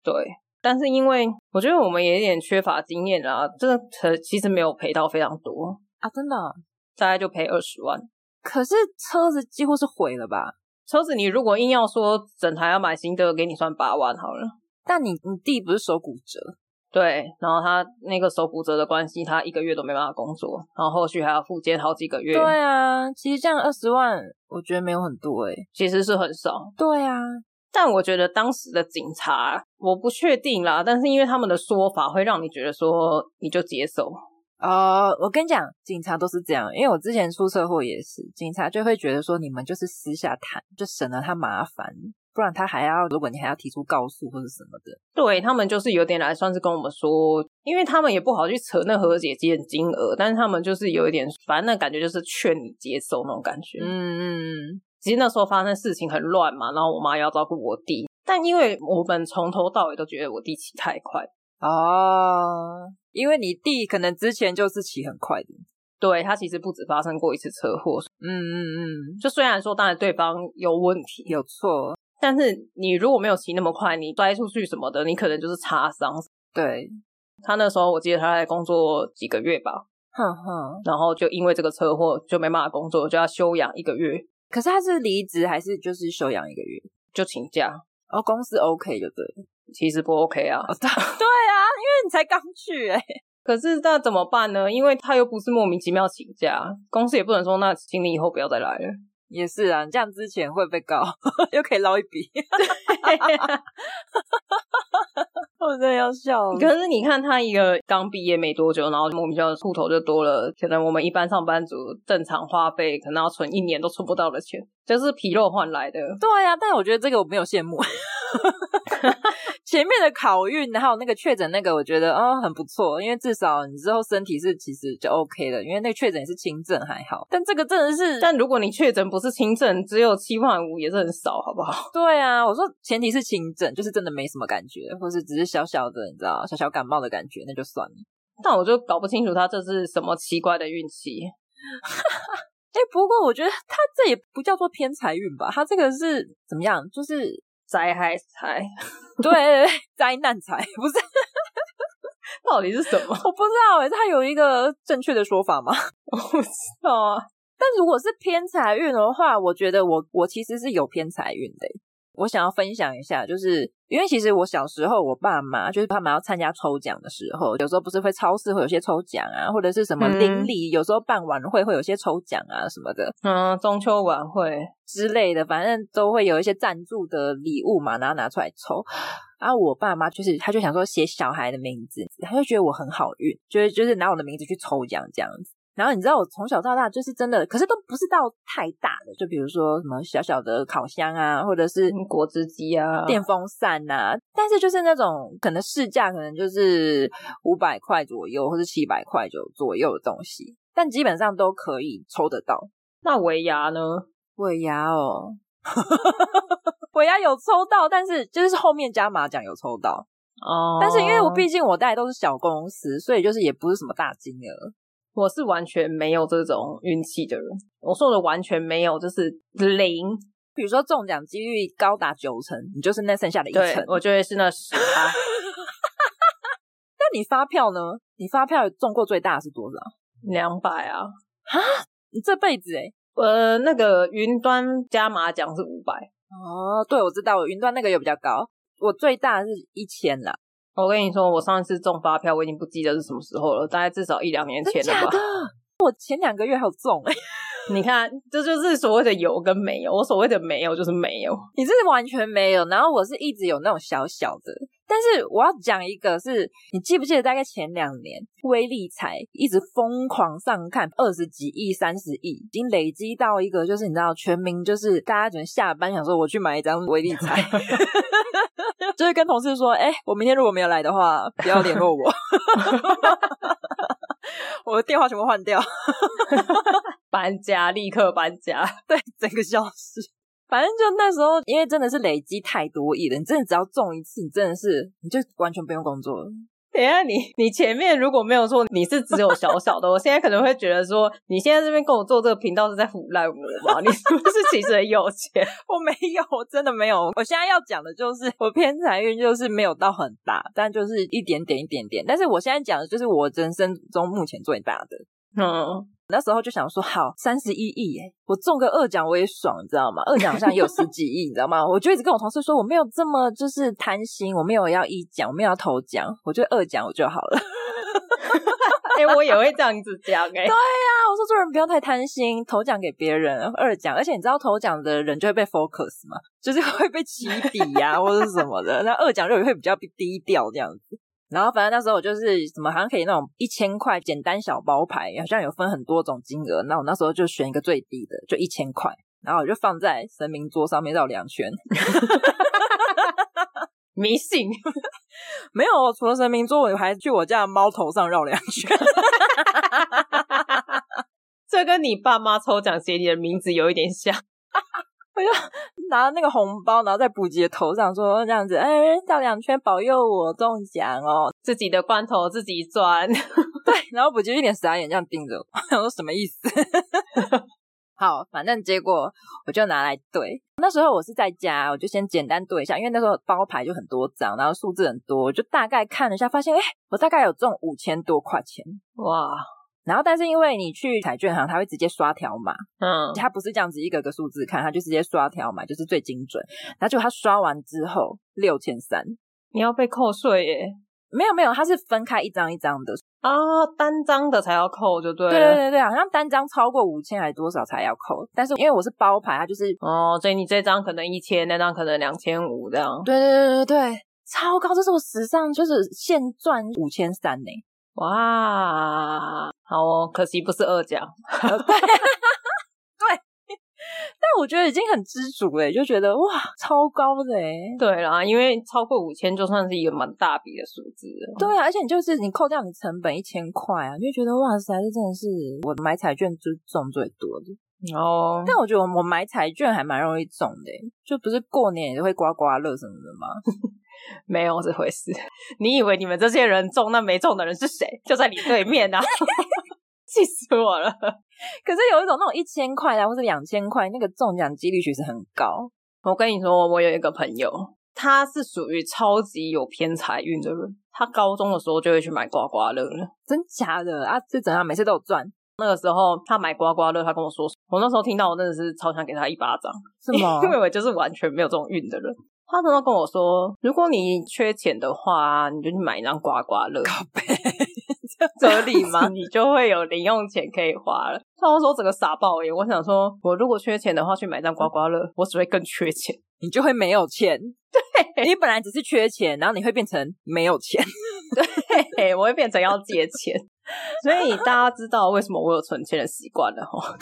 [SPEAKER 2] 对，但是因为我觉得我们也有点缺乏经验啊，这个呃其实没有赔到非常多，
[SPEAKER 3] 啊，真的哦、
[SPEAKER 2] 大概就赔二十万。
[SPEAKER 3] 可是车子几乎是毁了吧？
[SPEAKER 2] 车子你如果硬要说整台要买新的，给你算八万好了。
[SPEAKER 3] 但你你弟不是手骨折，
[SPEAKER 2] 对，然后他那个手骨折的关系，他一个月都没办法工作，然后后续还要复健好几个月，
[SPEAKER 3] 对啊，其实这样二十万，我觉得没有很多欸诶、
[SPEAKER 2] 其实是很少。
[SPEAKER 3] 对啊，
[SPEAKER 2] 但我觉得当时的警察，我不确定啦，但是因为他们的说法会让你觉得说你就接受，
[SPEAKER 3] 哦，我跟你讲，警察都是这样，因为我之前出车祸也是，警察就会觉得说你们就是私下谈，就省了他麻烦，不然他还要，如果你还要提出告诉或者什么的，
[SPEAKER 2] 对他们就是有点来算是跟我们说，因为他们也不好去扯那和解金的金额，但是他们就是有一点，反正那感觉就是劝你接受那种感觉。
[SPEAKER 3] 嗯嗯
[SPEAKER 2] 其实那时候发生事情很乱嘛，然后我妈要照顾我弟，但因为我们从头到尾都觉得我弟骑太快，
[SPEAKER 3] 嗯，哦，因为你弟可能之前就是骑很快的，
[SPEAKER 2] 对他其实不止发生过一次车祸，
[SPEAKER 3] 嗯嗯嗯，
[SPEAKER 2] 就虽然说当然对方有问题，
[SPEAKER 3] 有错，
[SPEAKER 2] 但是你如果没有骑那么快，你摔出去什么的，你可能就是擦伤。
[SPEAKER 3] 对，
[SPEAKER 2] 他那时候我记得他在工作几个月吧，
[SPEAKER 3] 哼哼，
[SPEAKER 2] 然后就因为这个车祸就没办法工作，就要休养一个月，
[SPEAKER 3] 可是他是离职还是就是休养一个月？
[SPEAKER 2] 就请假。
[SPEAKER 3] 哦，公司 OK 就对了，
[SPEAKER 2] 其实不 OK 啊，
[SPEAKER 3] 哦对对啊，因为你才刚去诶、欸
[SPEAKER 2] 可是那怎么办呢？因为他又不是莫名其妙请假，公司也不能说那请你以后不要再来了。
[SPEAKER 3] 也是啊，你这样之前会被告， 又可以捞一笔，我真的要笑了。
[SPEAKER 2] 可是你看他一个刚毕业没多久，然后莫名其妙户头就多了，可能我们一般上班族正常花费可能要存一年都存不到的钱，就是皮肉换来的。
[SPEAKER 3] 对呀、但我觉得这个我没有羡慕。 前面的考运，还有那个确诊那个，我觉得哦很不错，因为至少你之后身体是其实就 OK 了，因为那个确诊也是轻症还好，但这个真的是
[SPEAKER 2] 但如果你确诊不是轻症，只有七万五也是很少，好不好？
[SPEAKER 3] 对啊，我说前提是轻症，就是真的没什么感觉，或是只是小小的，你知道小小感冒的感觉，那就算了。
[SPEAKER 2] 但我就搞不清楚他这是什么奇怪的运气。
[SPEAKER 3] 哎、不过我觉得他这也不叫做偏财运吧，他这个是怎么样？就是
[SPEAKER 2] 灾害财
[SPEAKER 3] 对灾难财，不是？
[SPEAKER 2] 到底是什 么？
[SPEAKER 3] 我不知道哎，他有一个正确的说法吗？
[SPEAKER 2] 我不知道啊。
[SPEAKER 3] 但如果是偏财运的话，我觉得我我其实是有偏财运的欸。我想要分享一下，就是因为其实我小时候，我爸妈就是他们要参加抽奖的时候，有时候不是会超市会有些抽奖啊，或者是什么
[SPEAKER 2] 嗯
[SPEAKER 3] 邻里、有时候办晚会会有些抽奖啊什么的
[SPEAKER 2] 嗯，中秋晚会，
[SPEAKER 3] 之类的，反正都会有一些赞助的礼物嘛，然后拿出来抽。然后我爸妈就是，他就想说写小孩的名字，他就觉得我很好运，就是就是拿我的名字去抽奖这样子。然后你知道我从小到大就是真的，可是都不是到太大的，就比如说什么小小的烤箱啊，或者是
[SPEAKER 2] 嗯果汁机啊，
[SPEAKER 3] 电风扇呐、但是就是那种可能市价可能就是五百块左右，或是七百块左左右的东西，但基本上都可以抽得到。
[SPEAKER 2] 那尾牙呢？
[SPEAKER 3] 尾牙 哦，尾牙有抽到，但是就是后面加麻奖有抽到，
[SPEAKER 2] 哦，
[SPEAKER 3] 但是因为我毕竟我带的都是小公司，所以就是也不是什么大金额。
[SPEAKER 2] 我是完全没有这种运气的人。我说的完全没有，就是零。
[SPEAKER 3] 比如说中奖几率高达九成，你就是那剩下的一
[SPEAKER 2] 对
[SPEAKER 3] 成，。
[SPEAKER 2] 我觉得是那啥，
[SPEAKER 3] 那你发票呢？你发票中过最大是多少？
[SPEAKER 2] 两百啊。
[SPEAKER 3] 你这辈子欸诶
[SPEAKER 2] 呃，那个云端加码奖是五百。
[SPEAKER 3] 哦，对，我知道，我云端那个有比较高，我最大是一千啦。
[SPEAKER 2] 我跟你说，我上一次中发票，我已经不记得是什么时候了，大概至少一两年前
[SPEAKER 3] 真假
[SPEAKER 2] 了
[SPEAKER 3] 的
[SPEAKER 2] 吧。？
[SPEAKER 3] 我前两个月还有中诶、
[SPEAKER 2] 你看，这就是所谓的有跟没有。我所谓的没有就是没有，
[SPEAKER 3] 你是完全没有，然后我是一直有那种小小的，但是我要讲一个是，你记不记得大概前两年威力彩一直疯狂上看，二十几亿、三十亿，已经累积到一个就是你知道全民就是大家只能下班想说我去买一张威力彩，就是跟同事说，哎、我明天如果没有来的话，不要联络我， 我的电话全部换掉。
[SPEAKER 2] 搬家，立刻搬家。
[SPEAKER 3] 对， 整个消失。反正就那时候，因为真的是累积太多亿了，你真的只要中一次，你真的是你就完全不用工作了。
[SPEAKER 2] 等一下你你前面如果没有说你是只有小小的，我现在可能会觉得说，你现在这边跟我做这个频道是在腐烂我吗？你是不是其实很有钱？
[SPEAKER 3] 我没有，我真的没有。我现在要讲的就是我偏财运就是没有到很大，但就是一点点一点点。但是我现在讲的就是我人生中目前最大的。
[SPEAKER 2] 嗯，
[SPEAKER 3] 那时候就想说，好，三十一亿耶，我中个二奖我也爽，你知道吗？二奖好像也有十几亿，你知道吗？我就一直跟我同事说，我没有这么就是贪心，我没有要一奖，我没有要头奖，我就二奖我就好了。
[SPEAKER 2] 哎、我也会这样子讲哎、
[SPEAKER 3] 啊，我说做人不要太贪心，头奖给别人，二奖，而且你知道头奖的人就会被 focus 嘛，就是会被起底呀、或者是什么的，那二奖就会比较低调这样子。然后反正那时候我就是什么好像可以那种一千块简单小包牌，好像有分很多种金额，那我那时候就选一个最低的，就一千块，然后我就放在神明桌上面绕两圈，
[SPEAKER 2] 迷信。
[SPEAKER 3] 没有，除了神明桌，我还去我家的猫头上绕两圈。
[SPEAKER 2] 这跟你爸妈抽奖写你的名字有一点像。
[SPEAKER 3] 拿那个红包，然后再补给头上说这样子，哎，绕两圈保佑我中奖哦。
[SPEAKER 2] 自己的罐头自己钻，
[SPEAKER 3] 然后补给一脸傻眼，这样盯着我， 想说什么意思？好，反正结果我就拿来对。那时候我是在家，我就先简单对一下，因为那时候包牌就很多张，然后数字很多，我就大概看了一下，发现哎，我大概有中五千多块钱。
[SPEAKER 2] 哇，
[SPEAKER 3] 然后，但是因为你去彩券行，他会直接刷条码，
[SPEAKER 2] 嗯，
[SPEAKER 3] 他不是这样子一个个数字看，他就直接刷条码，就是最精准。然后结果他刷完之后六千三，
[SPEAKER 2] 你要被扣税耶
[SPEAKER 3] 没有没有，他是分开一张一张的，
[SPEAKER 2] 啊，单张的才要扣就对了。
[SPEAKER 3] 对对对对，好像单张超过五千还是多少才要扣，但是因为我是包牌，它就是
[SPEAKER 2] 哦，所以你这张可能一千，那张可能两千五这样。
[SPEAKER 3] 对对对对对，超高，这是我史上就是现赚五千三呢。
[SPEAKER 2] 哇，好哦，可惜不是二奖。
[SPEAKER 3] 但我觉得已经很知足了，就觉得哇，超高的哎。
[SPEAKER 2] 对啦，因为超过五千就算是一个蛮大笔的数字了。
[SPEAKER 3] 对啊，而且你就是你扣掉你成本一千块啊，你就觉得哇塞，这真的是我买彩券就中最多的。
[SPEAKER 2] 哦，
[SPEAKER 3] 但我觉得我我买彩券还蛮容易中的欸，就不是过年也会刮刮乐什么的吗？
[SPEAKER 2] 没有这回事。 你以为你们这些人中，那没中的人是谁？就在你对面啊！ 气死我了！
[SPEAKER 3] 可是有一种那种一千块啊，或是两千块，那个中奖几率其实很高。
[SPEAKER 2] 我跟你说，我有一个朋友，他是属于超级有偏财运的人。他高中的时候就会去买刮刮乐了。
[SPEAKER 3] 真假的啊？是怎样？每次都有赚？
[SPEAKER 2] 那个时候他买刮刮乐，他跟我说，我那时候听到我真的是超想给他一巴掌，
[SPEAKER 3] 什 么？
[SPEAKER 2] 因为我就是完全没有这种运的人。他那时候跟我说，如果你缺钱的话，你就去买一张刮刮乐，？
[SPEAKER 3] 这合理 吗
[SPEAKER 2] 你就会有零用钱可以花了。他那时候整个傻爆眼，我想说，我如果缺钱的话，去买一张刮刮乐，我只会更缺钱。
[SPEAKER 3] 你就会没有钱。 对，你本来只是缺钱，然后你会变成没有钱。
[SPEAKER 2] 嘿嘿，我会变成要借钱。 所以大家知道为什么我有存钱的习惯了哈，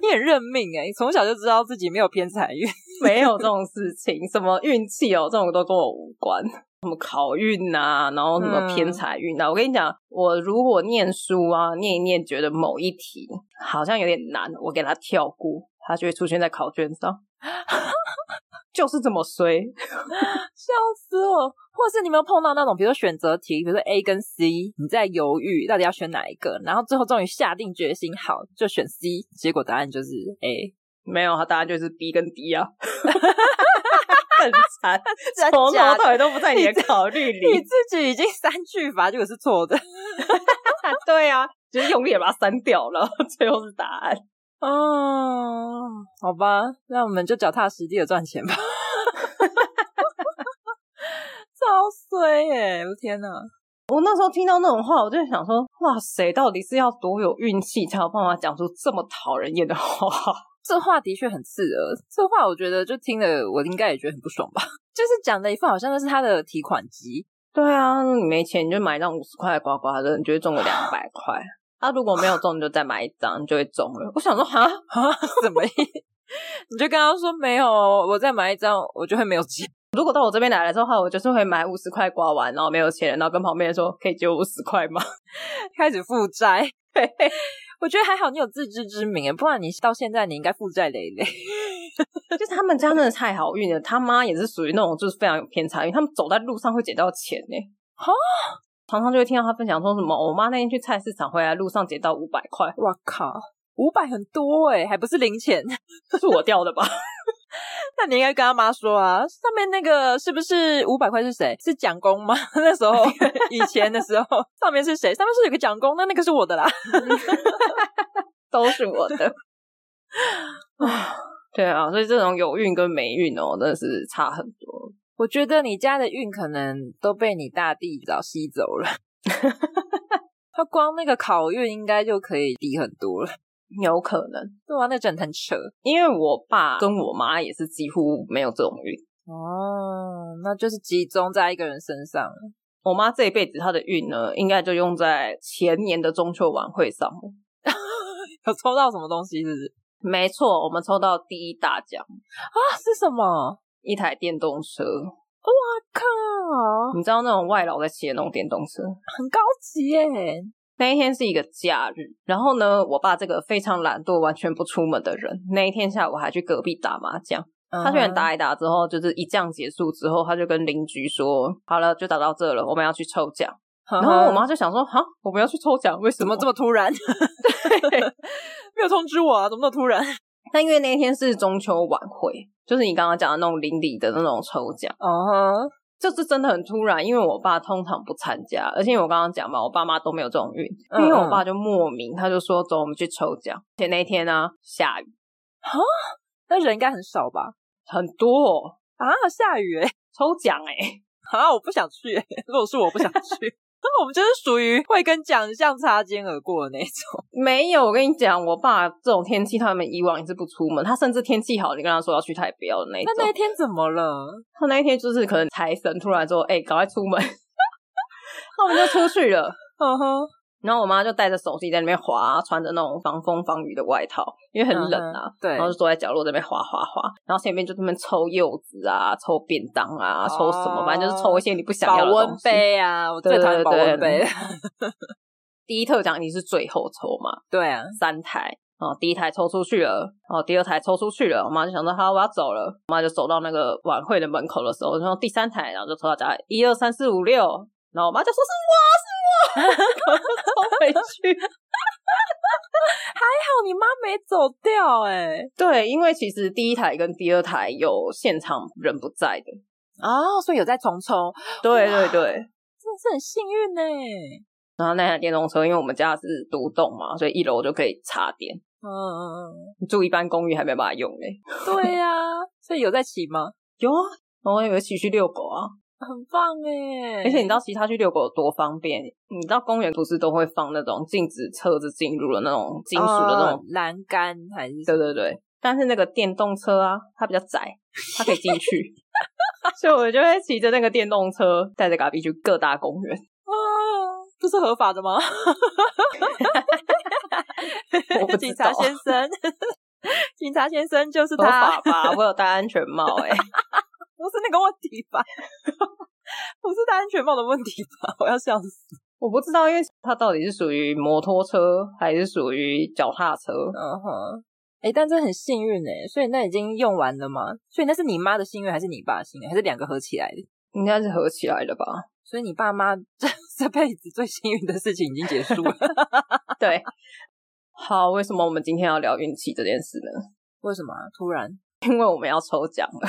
[SPEAKER 3] 你很认命哎、你从小就知道自己没有偏财运。
[SPEAKER 2] 没有这种事情，什么运气哦，这种都跟我无关。什么考运啊，然后什么
[SPEAKER 3] 嗯
[SPEAKER 2] 偏财运啊，我跟你讲，我如果念书啊，念一念觉得某一题好像有点难，我给它跳过，它就会出现在考卷 上，就是这么衰。
[SPEAKER 3] 笑死我！或是你有没有碰到那种，比如说选择题，比如说 A 跟 C，你在犹豫到底要选哪一个，然后最后终于下定决心，好就选 C，结果答案就是 A，
[SPEAKER 2] 没有，它答案就是 B 跟 D 啊，很惨，
[SPEAKER 3] 真
[SPEAKER 2] 从头
[SPEAKER 3] 假的
[SPEAKER 2] 到尾都不在你的考虑里。
[SPEAKER 3] 你自己已经三句法结果是错的。
[SPEAKER 2] 对啊，就是用力也把它删掉了， 最后是答案。
[SPEAKER 3] 哦，好吧，那我们就脚踏实地的赚钱吧。 超衰耶、我的天哪！
[SPEAKER 2] 我那时候听到那种话，我就想说，哇塞，到底是要多有运气才有办法讲出这么讨人厌的话？
[SPEAKER 3] 这话的确很刺耳，这话我觉得就听了，我应该也觉得很不爽吧。就是讲的一副好像就是他的提款机，
[SPEAKER 2] 对啊，你没钱你就买一张五十块的刮刮乐，你就会中个两百块。啊，如果没有中，你就再买一张，你就会中了。我想说，哈，
[SPEAKER 3] 怎么意？ 你就跟他说没有，哦我再买一张，我就会没有钱。
[SPEAKER 2] 如果到我这边来的时候的话，我就是会买五十块刮完，然后没有钱了，然后 跟旁边人说可以借我五十块吗？
[SPEAKER 3] 开始负债。对，我觉得还好你有自知之明，欸不然你到现在你应该负债累累。
[SPEAKER 2] 就是他们家真的太好运了，他妈也是属于那种就是非常有偏财运，他们走在路上会捡到钱呢、
[SPEAKER 3] 哈
[SPEAKER 2] 常常就会听到他分享说什么，我妈那天去菜市场回来路上捡到五百块，
[SPEAKER 3] 哇靠，五百很多哎、还不是零钱。
[SPEAKER 2] 是我掉的吧？
[SPEAKER 3] 那你应该跟他妈说啊，上面那个是不是五百块是谁？是蒋公吗？ 那时候以前的时候，上面是谁？上面是有个蒋公，那那个是我的啦。
[SPEAKER 2] 都是我的。啊对啊，所以这种有运跟没运哦，真的是差很多。
[SPEAKER 3] 我觉得你家的运可能都被你大弟早吸走 了。他光那个考运应该就可以低很多了，
[SPEAKER 2] 有可能，
[SPEAKER 3] 对啊，那真的很扯
[SPEAKER 2] 因为我爸跟我妈也是几乎没有这种运。
[SPEAKER 3] 哦。那就是集中在一个人身上，
[SPEAKER 2] 我妈这一辈子她的运呢，应该就用在前年的中秋晚会上了。
[SPEAKER 3] 有抽到什么东西是不是？
[SPEAKER 2] 没错，我们抽到第一大奖，
[SPEAKER 3] 啊，是什么？
[SPEAKER 2] 一台电动车。
[SPEAKER 3] 靠，嗯
[SPEAKER 2] 你知道那种外劳在骑的那种电动车。
[SPEAKER 3] 很高级耶！
[SPEAKER 2] 那一天是一个假日，然后呢，我爸这个非常懒惰、完全不出门的人，那一天下午还去隔壁打麻将。
[SPEAKER 3] 嗯
[SPEAKER 2] 他居然打一打之后，就是一仗结束之后，他就跟邻居说：“好了，就打到这了，我们要去抽奖。”
[SPEAKER 3] 嗯
[SPEAKER 2] 然
[SPEAKER 3] 哼，
[SPEAKER 2] 后我妈就想说：“哈，我们要去抽奖，为什
[SPEAKER 3] 怎
[SPEAKER 2] 么
[SPEAKER 3] 么
[SPEAKER 2] 这
[SPEAKER 3] 这
[SPEAKER 2] 么
[SPEAKER 3] 么突然？没有通知我啊，怎么那么突然？？”
[SPEAKER 2] 但因为 那一天是中秋晚会，就是你刚刚讲的那种邻里的那种抽奖，
[SPEAKER 3] 哦、
[SPEAKER 2] 这是真的很突然。因为我爸通常不参加，而且因为我刚刚讲嘛，我爸妈都没有这种运，
[SPEAKER 3] 嗯
[SPEAKER 2] 因为我爸就莫名他就说：“走，我们去抽奖。”而且那一天呢、下雨
[SPEAKER 3] 那人应该很少吧？
[SPEAKER 2] 很多、哦，
[SPEAKER 3] 啊，下雨哎！
[SPEAKER 2] 抽奖哎、
[SPEAKER 3] 啊，我不想去耶。如果是我不想去， 那我们就是属于会跟奖项擦肩而过的那种。
[SPEAKER 2] 没有，我跟你讲，我爸这种天气，他们以往也是不出门，他甚至天气好，你跟他说要去，他也不要的那一
[SPEAKER 3] 那
[SPEAKER 2] 种。
[SPEAKER 3] 那一天怎么了？
[SPEAKER 2] 他那一天就是可能财神突然说：“哎、赶快出门。” 他们就出去了。
[SPEAKER 3] 嗯哼，
[SPEAKER 2] 然后我妈就带着手机在那边滑，穿着那种防风防雨的外套，因为很冷啊。
[SPEAKER 3] 嗯对
[SPEAKER 2] 然，后就坐在角落这边滑滑滑，然后前面就这边抽柚子啊，抽便当啊，抽什么，
[SPEAKER 3] 哦
[SPEAKER 2] 反正就是抽一些你不想
[SPEAKER 3] 保
[SPEAKER 2] 要的
[SPEAKER 3] 温
[SPEAKER 2] 东西。
[SPEAKER 3] 杯啊，我最讨厌
[SPEAKER 2] 对对
[SPEAKER 3] 保
[SPEAKER 2] 对
[SPEAKER 3] 温杯。
[SPEAKER 2] 第一特奖你是最后抽嘛，
[SPEAKER 3] 对啊，
[SPEAKER 2] 三台。哦，第一台抽出去了，哦，第二台抽出去了，我妈就想说好，我要走了。我妈就走到那个晚会的门口的时候，然后第三台，然后就抽到家一二三四五六，6然后我妈就说 是我是我，然后就抽回去。
[SPEAKER 3] 靠，你妈没走掉哎、
[SPEAKER 2] 对，因为其实第一台跟第二台有现场人不在的，
[SPEAKER 3] 哦，所以有在重抽，
[SPEAKER 2] 对
[SPEAKER 3] 哇
[SPEAKER 2] 对对。
[SPEAKER 3] 真的是很幸运欸呢、
[SPEAKER 2] 然后那台电动车，因为我们家是独栋嘛，所以一楼就可以插电，
[SPEAKER 3] 嗯嗯
[SPEAKER 2] 住一般公寓还没办法用嘞。
[SPEAKER 3] 嗯， 对呀、所以有在骑吗？
[SPEAKER 2] 有啊，然后我有一起去遛狗啊，
[SPEAKER 3] 很棒哎、
[SPEAKER 2] 而且你知道其他去遛狗有多方便？你知道公园不是都会放那种禁止车子进入的那种金属的那种？
[SPEAKER 3] 哦栏杆还是什
[SPEAKER 2] 对对
[SPEAKER 3] 么
[SPEAKER 2] 对。但是那个电动车啊，它比较窄，它可以进去， 所以我就会骑着那个电动车，带着嘎比去各大公园。
[SPEAKER 3] 啊，这是合法的 吗？
[SPEAKER 2] 我不知
[SPEAKER 3] 警
[SPEAKER 2] 道
[SPEAKER 3] 察，先生， 警察先生就是
[SPEAKER 2] 合法
[SPEAKER 3] 他，
[SPEAKER 2] 吧？我有戴安全帽、欸， 哎，
[SPEAKER 3] 不是那个问题吧？ 不是戴安全帽的问题吧？ 我要笑死。
[SPEAKER 2] 我不知道，因为它到底是属于摩托车还是属于脚踏车？
[SPEAKER 3] 嗯哼，哎，但这很幸运哎，所以那已经用完了吗？所以那是你妈的幸运，还是你爸的幸运，还是两个合起来的？
[SPEAKER 2] 应该是合起来的吧？
[SPEAKER 3] 所以你爸妈 这这辈子最幸运的事情已经结束了。
[SPEAKER 2] 对。好，为什么我们今天要聊运气这件事呢？
[SPEAKER 3] 为什么啊、突然？
[SPEAKER 2] 因为我们要抽奖了。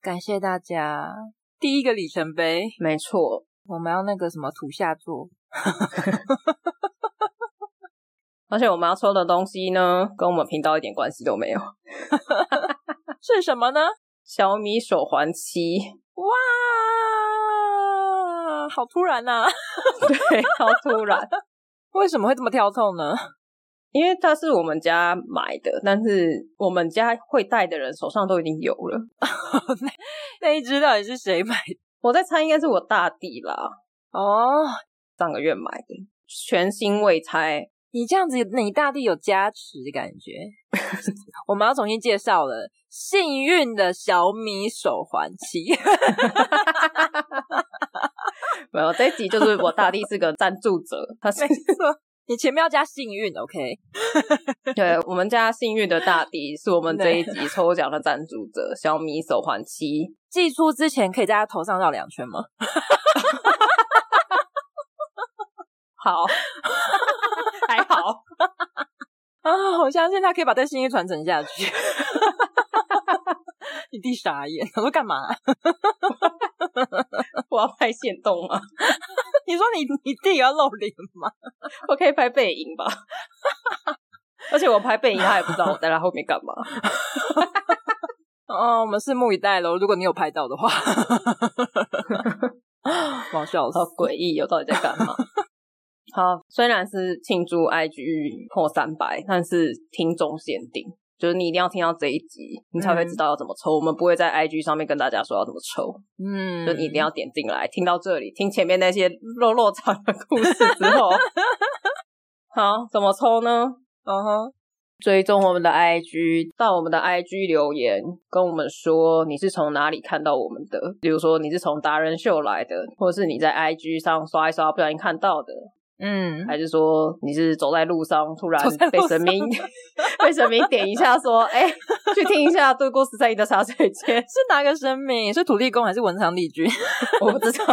[SPEAKER 3] 感谢大家，第一个里程碑，
[SPEAKER 2] 没错，
[SPEAKER 3] 我们要那个什么土下座，
[SPEAKER 2] 而且我们要抽的东西呢，跟我们频道一点关系都没有。
[SPEAKER 3] 是什么呢？
[SPEAKER 2] 小米手环七，
[SPEAKER 3] 哇，好突然呐、
[SPEAKER 2] 对，超突然，
[SPEAKER 3] 为什么会这么跳痛呢？
[SPEAKER 2] 因为它是我们家买的，但是我们家会戴的人手上都已经有了。
[SPEAKER 3] 那一只到底是谁买的？
[SPEAKER 2] 我在猜应该是我大弟啦，
[SPEAKER 3] 哦，
[SPEAKER 2] 上个月买的，全新未拆。
[SPEAKER 3] 你这样子，你大弟有加持的感觉。 我们要重新介绍了，幸运的小米手环七，
[SPEAKER 2] 没有，这一集就是我大弟是个赞助者，他是
[SPEAKER 3] 你前面要加幸运，OK？
[SPEAKER 2] 对我们家幸运的大弟，是我们这一集抽奖的赞助者，小米手环七。
[SPEAKER 3] 寄出之前可以在他头上绕两圈吗？
[SPEAKER 2] 好， 还好，
[SPEAKER 3] 啊，我相信他可以把这心意传承下去。 你弟傻眼，他说干嘛、
[SPEAKER 2] 我要拍线动啊吗？
[SPEAKER 3] 你说你你弟也要露脸吗？
[SPEAKER 2] 我可以拍背影吧？ 而且我拍背影，他也不知道我在他后面干嘛。
[SPEAKER 3] 哦，我们拭目以待喽。如果你有拍到的话，搞笑死
[SPEAKER 2] 好！诡异，哦有到底在干 嘛？好，虽然是庆祝 IG 破三百，但是听众限定，就是你一定要听到这一集，你才会知道要怎么抽。我们不会在 IG 上面跟大家说要怎么抽，
[SPEAKER 3] 嗯，
[SPEAKER 2] 就你一定要点进来，听到这里，听前面那些肉肉长的故事之 后，好，怎么抽呢？
[SPEAKER 3] 嗯哼，
[SPEAKER 2] 追踪我们的 IG，到我们的 IG 留言，跟我们说你是从哪里看到我们的，比如说你是从达人秀来的，或者是你在 IG 上刷一刷不小心看到的，
[SPEAKER 3] 嗯，
[SPEAKER 2] 还是说你是走在路上突然
[SPEAKER 3] 走在路
[SPEAKER 2] 被
[SPEAKER 3] 上
[SPEAKER 2] 神明 被神明点一下说，哎、去听一下对过十三姨的茶水间，
[SPEAKER 3] 是哪个神明？是土地公还是文昌帝君？
[SPEAKER 2] 我不知道，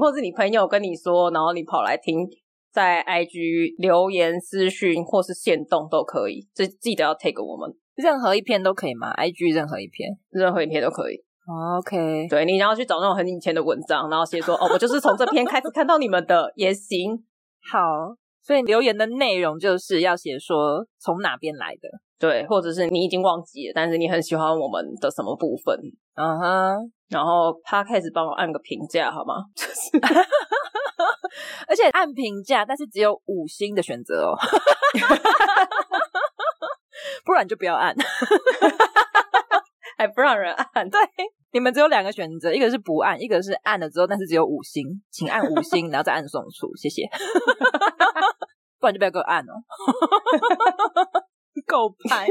[SPEAKER 2] 或是你朋友跟你说，然后你跑来听。在 IG 留言、私讯或是线动都可以，这记得要 take 我们
[SPEAKER 3] 任何一篇都可以吗？IG 任何一篇
[SPEAKER 2] 任何一篇都可以。
[SPEAKER 3] 哦？OK，
[SPEAKER 2] 对你，然后去找那种很以前的文章，然后写说哦，我就是从这篇开始看到你们的，也行。
[SPEAKER 3] 好。所以留言的内容就是要写说从哪边来的。
[SPEAKER 2] 对，或者是你已经忘记了，但是你很喜欢我们的什么部分，
[SPEAKER 3] 嗯哼，
[SPEAKER 2] 然后 podcast 帮我按个评价好吗？
[SPEAKER 3] 而且按评价，但是只有五星的选择哦， 不然就不要按。
[SPEAKER 2] 还不让人按，
[SPEAKER 3] 对，你们只有两个选择，一个是不按，一个是按了之后，但是只有五星，请按 五星，然后再按送出，谢 谢。不然就不要给我按 哦，够拍。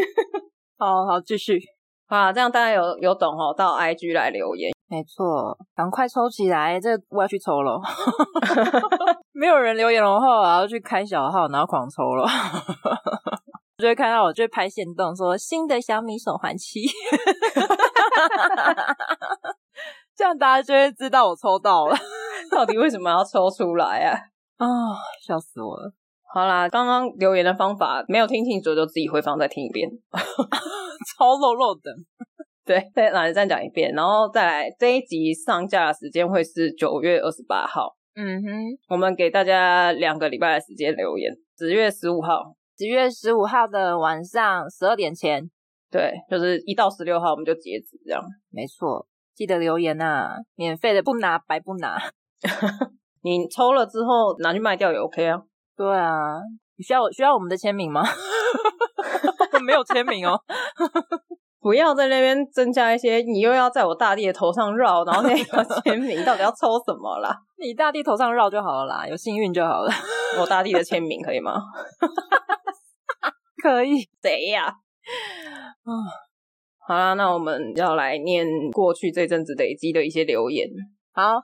[SPEAKER 3] 好好继续，
[SPEAKER 2] 啊，这样大家有有懂哦，到 IG 来留言，
[SPEAKER 3] 没错，赶快抽起来，这个我要去抽了。 没有人留言的话，我要去开小号，然后狂抽了。就会看到我就会拍线动说新的小米手环七， 这样大家就会知道我抽到了。
[SPEAKER 2] 到底为什么要抽出来啊？
[SPEAKER 3] 啊、笑死我了！
[SPEAKER 2] 好啦，刚刚留言的方法没有听清楚，就自己回放再听一遍。
[SPEAKER 3] 超肉肉的，
[SPEAKER 2] 对，再来再讲一遍，然后再来这一集上架的时间会是九月二十八号。
[SPEAKER 3] 嗯哼。
[SPEAKER 2] 我们给大家两个礼拜的时间留言，十月十五号，
[SPEAKER 3] 十月十五号的晚上十二点前，
[SPEAKER 2] 对，就是一到十六号我们就截止这样。
[SPEAKER 3] 没错，记得留言啊！免费的不拿白不拿。
[SPEAKER 2] 你抽了之后拿去卖掉也 OK 啊，
[SPEAKER 3] 对啊，你需要需要我们的签名吗？ 没有签名哦，
[SPEAKER 2] 不要在那边增加一些，你又要在我大弟的头上绕，然后那个签名到底要抽什么啦？
[SPEAKER 3] 你大地头上绕就好了啦，有幸运就好了。
[SPEAKER 2] 我大弟的签名可以吗？
[SPEAKER 3] 可以，
[SPEAKER 2] 谁呀、
[SPEAKER 3] 啊
[SPEAKER 2] 好啦，那我们要来念过去这阵子累积的一些留言。
[SPEAKER 3] 好，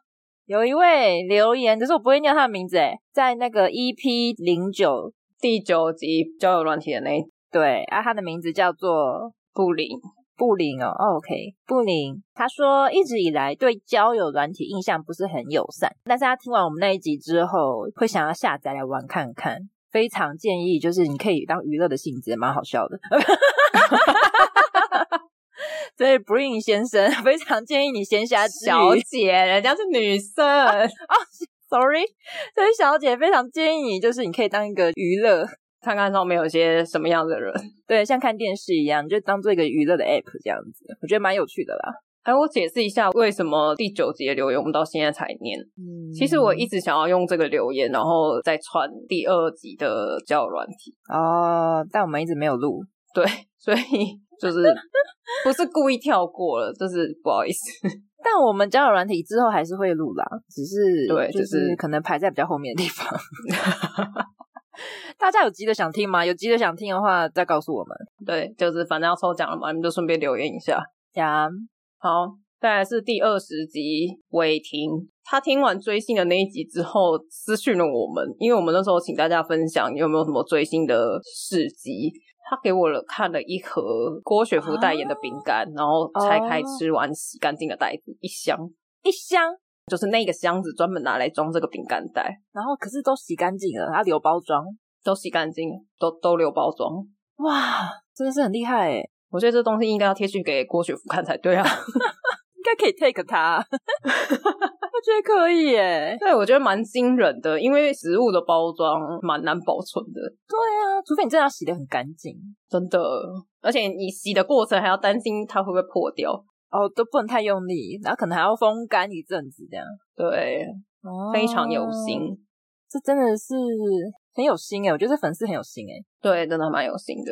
[SPEAKER 3] 有一位留言，可是我不会念他的名字诶，在那个 EP 零九，
[SPEAKER 2] 第九集交友软体的那一
[SPEAKER 3] 对啊，他的名字叫做
[SPEAKER 2] 布林，
[SPEAKER 3] 布林哦哦，OK，布林他说一直以来对交友软体印象不是很友善，但是他听完我们那一集之后，会想要下载来玩看看。非常建议，就是你可以当娱乐的性质，蛮好笑的。所以 Bring 先生非常建议你闲暇之
[SPEAKER 2] 小
[SPEAKER 3] 余
[SPEAKER 2] 姐，人家是女生，
[SPEAKER 3] ，sorry，所以小姐非常建议你，就是你可以当一个娱乐，
[SPEAKER 2] 看看上面有些什么样的人。
[SPEAKER 3] 对，像看电视一样，你就当做一个娱乐的 app 这样子，我觉得蛮有趣的啦。
[SPEAKER 2] 哎，我解释一下为什么第九集的留言我们到现在才念。
[SPEAKER 3] 嗯
[SPEAKER 2] 其实我一直想要用这个留言，然后再传第二集的交友软体。
[SPEAKER 3] 哦，但我们一直没有录，
[SPEAKER 2] 对，所以就是不是故意跳过了，就是不好意思。
[SPEAKER 3] 但我们交友软体之后还是会录啦，只是
[SPEAKER 2] 对
[SPEAKER 3] 就
[SPEAKER 2] 只是
[SPEAKER 3] 可能排在比较后面的地方。 大家有急着想听吗？有急着想听的话，再告诉我们
[SPEAKER 2] 对，就是反正要抽奖了嘛，你们就顺便留言一下。
[SPEAKER 3] 呀。
[SPEAKER 2] 好，再来是第二十集伟霆，他听完追星的那一集之后私讯了我们，因为我们那时候请大家分享有没有什么追星的事迹。他给我了看了一盒郭雪芙代言的饼干，然后拆开吃完，洗干净的袋子一箱，
[SPEAKER 3] 一箱，
[SPEAKER 2] 就是那个箱子专门拿来装这个饼干袋，
[SPEAKER 3] 然后可是都洗干净了，它留包装，
[SPEAKER 2] 都洗干净，都都留包装。
[SPEAKER 3] 哇，真的是很厉害欸诶
[SPEAKER 2] 我觉得这东西应该要贴去给郭雪芙看才对啊。
[SPEAKER 3] 应该可以 take 它， 我觉得可以耶。
[SPEAKER 2] 对，我觉得蛮惊人的，因为食物的包装蛮难保存的。
[SPEAKER 3] 对啊，除非你真的要洗得很干净
[SPEAKER 2] 真的，而且你洗的过程还要担心它会不会破掉。
[SPEAKER 3] 哦，都不能太用力，然后可能还要风干一阵子这样。
[SPEAKER 2] 对，
[SPEAKER 3] 哦
[SPEAKER 2] 非常有心，
[SPEAKER 3] 这真的是很有心欸诶、我觉得这粉丝很有心诶、欸
[SPEAKER 2] 对，真的蛮有心的。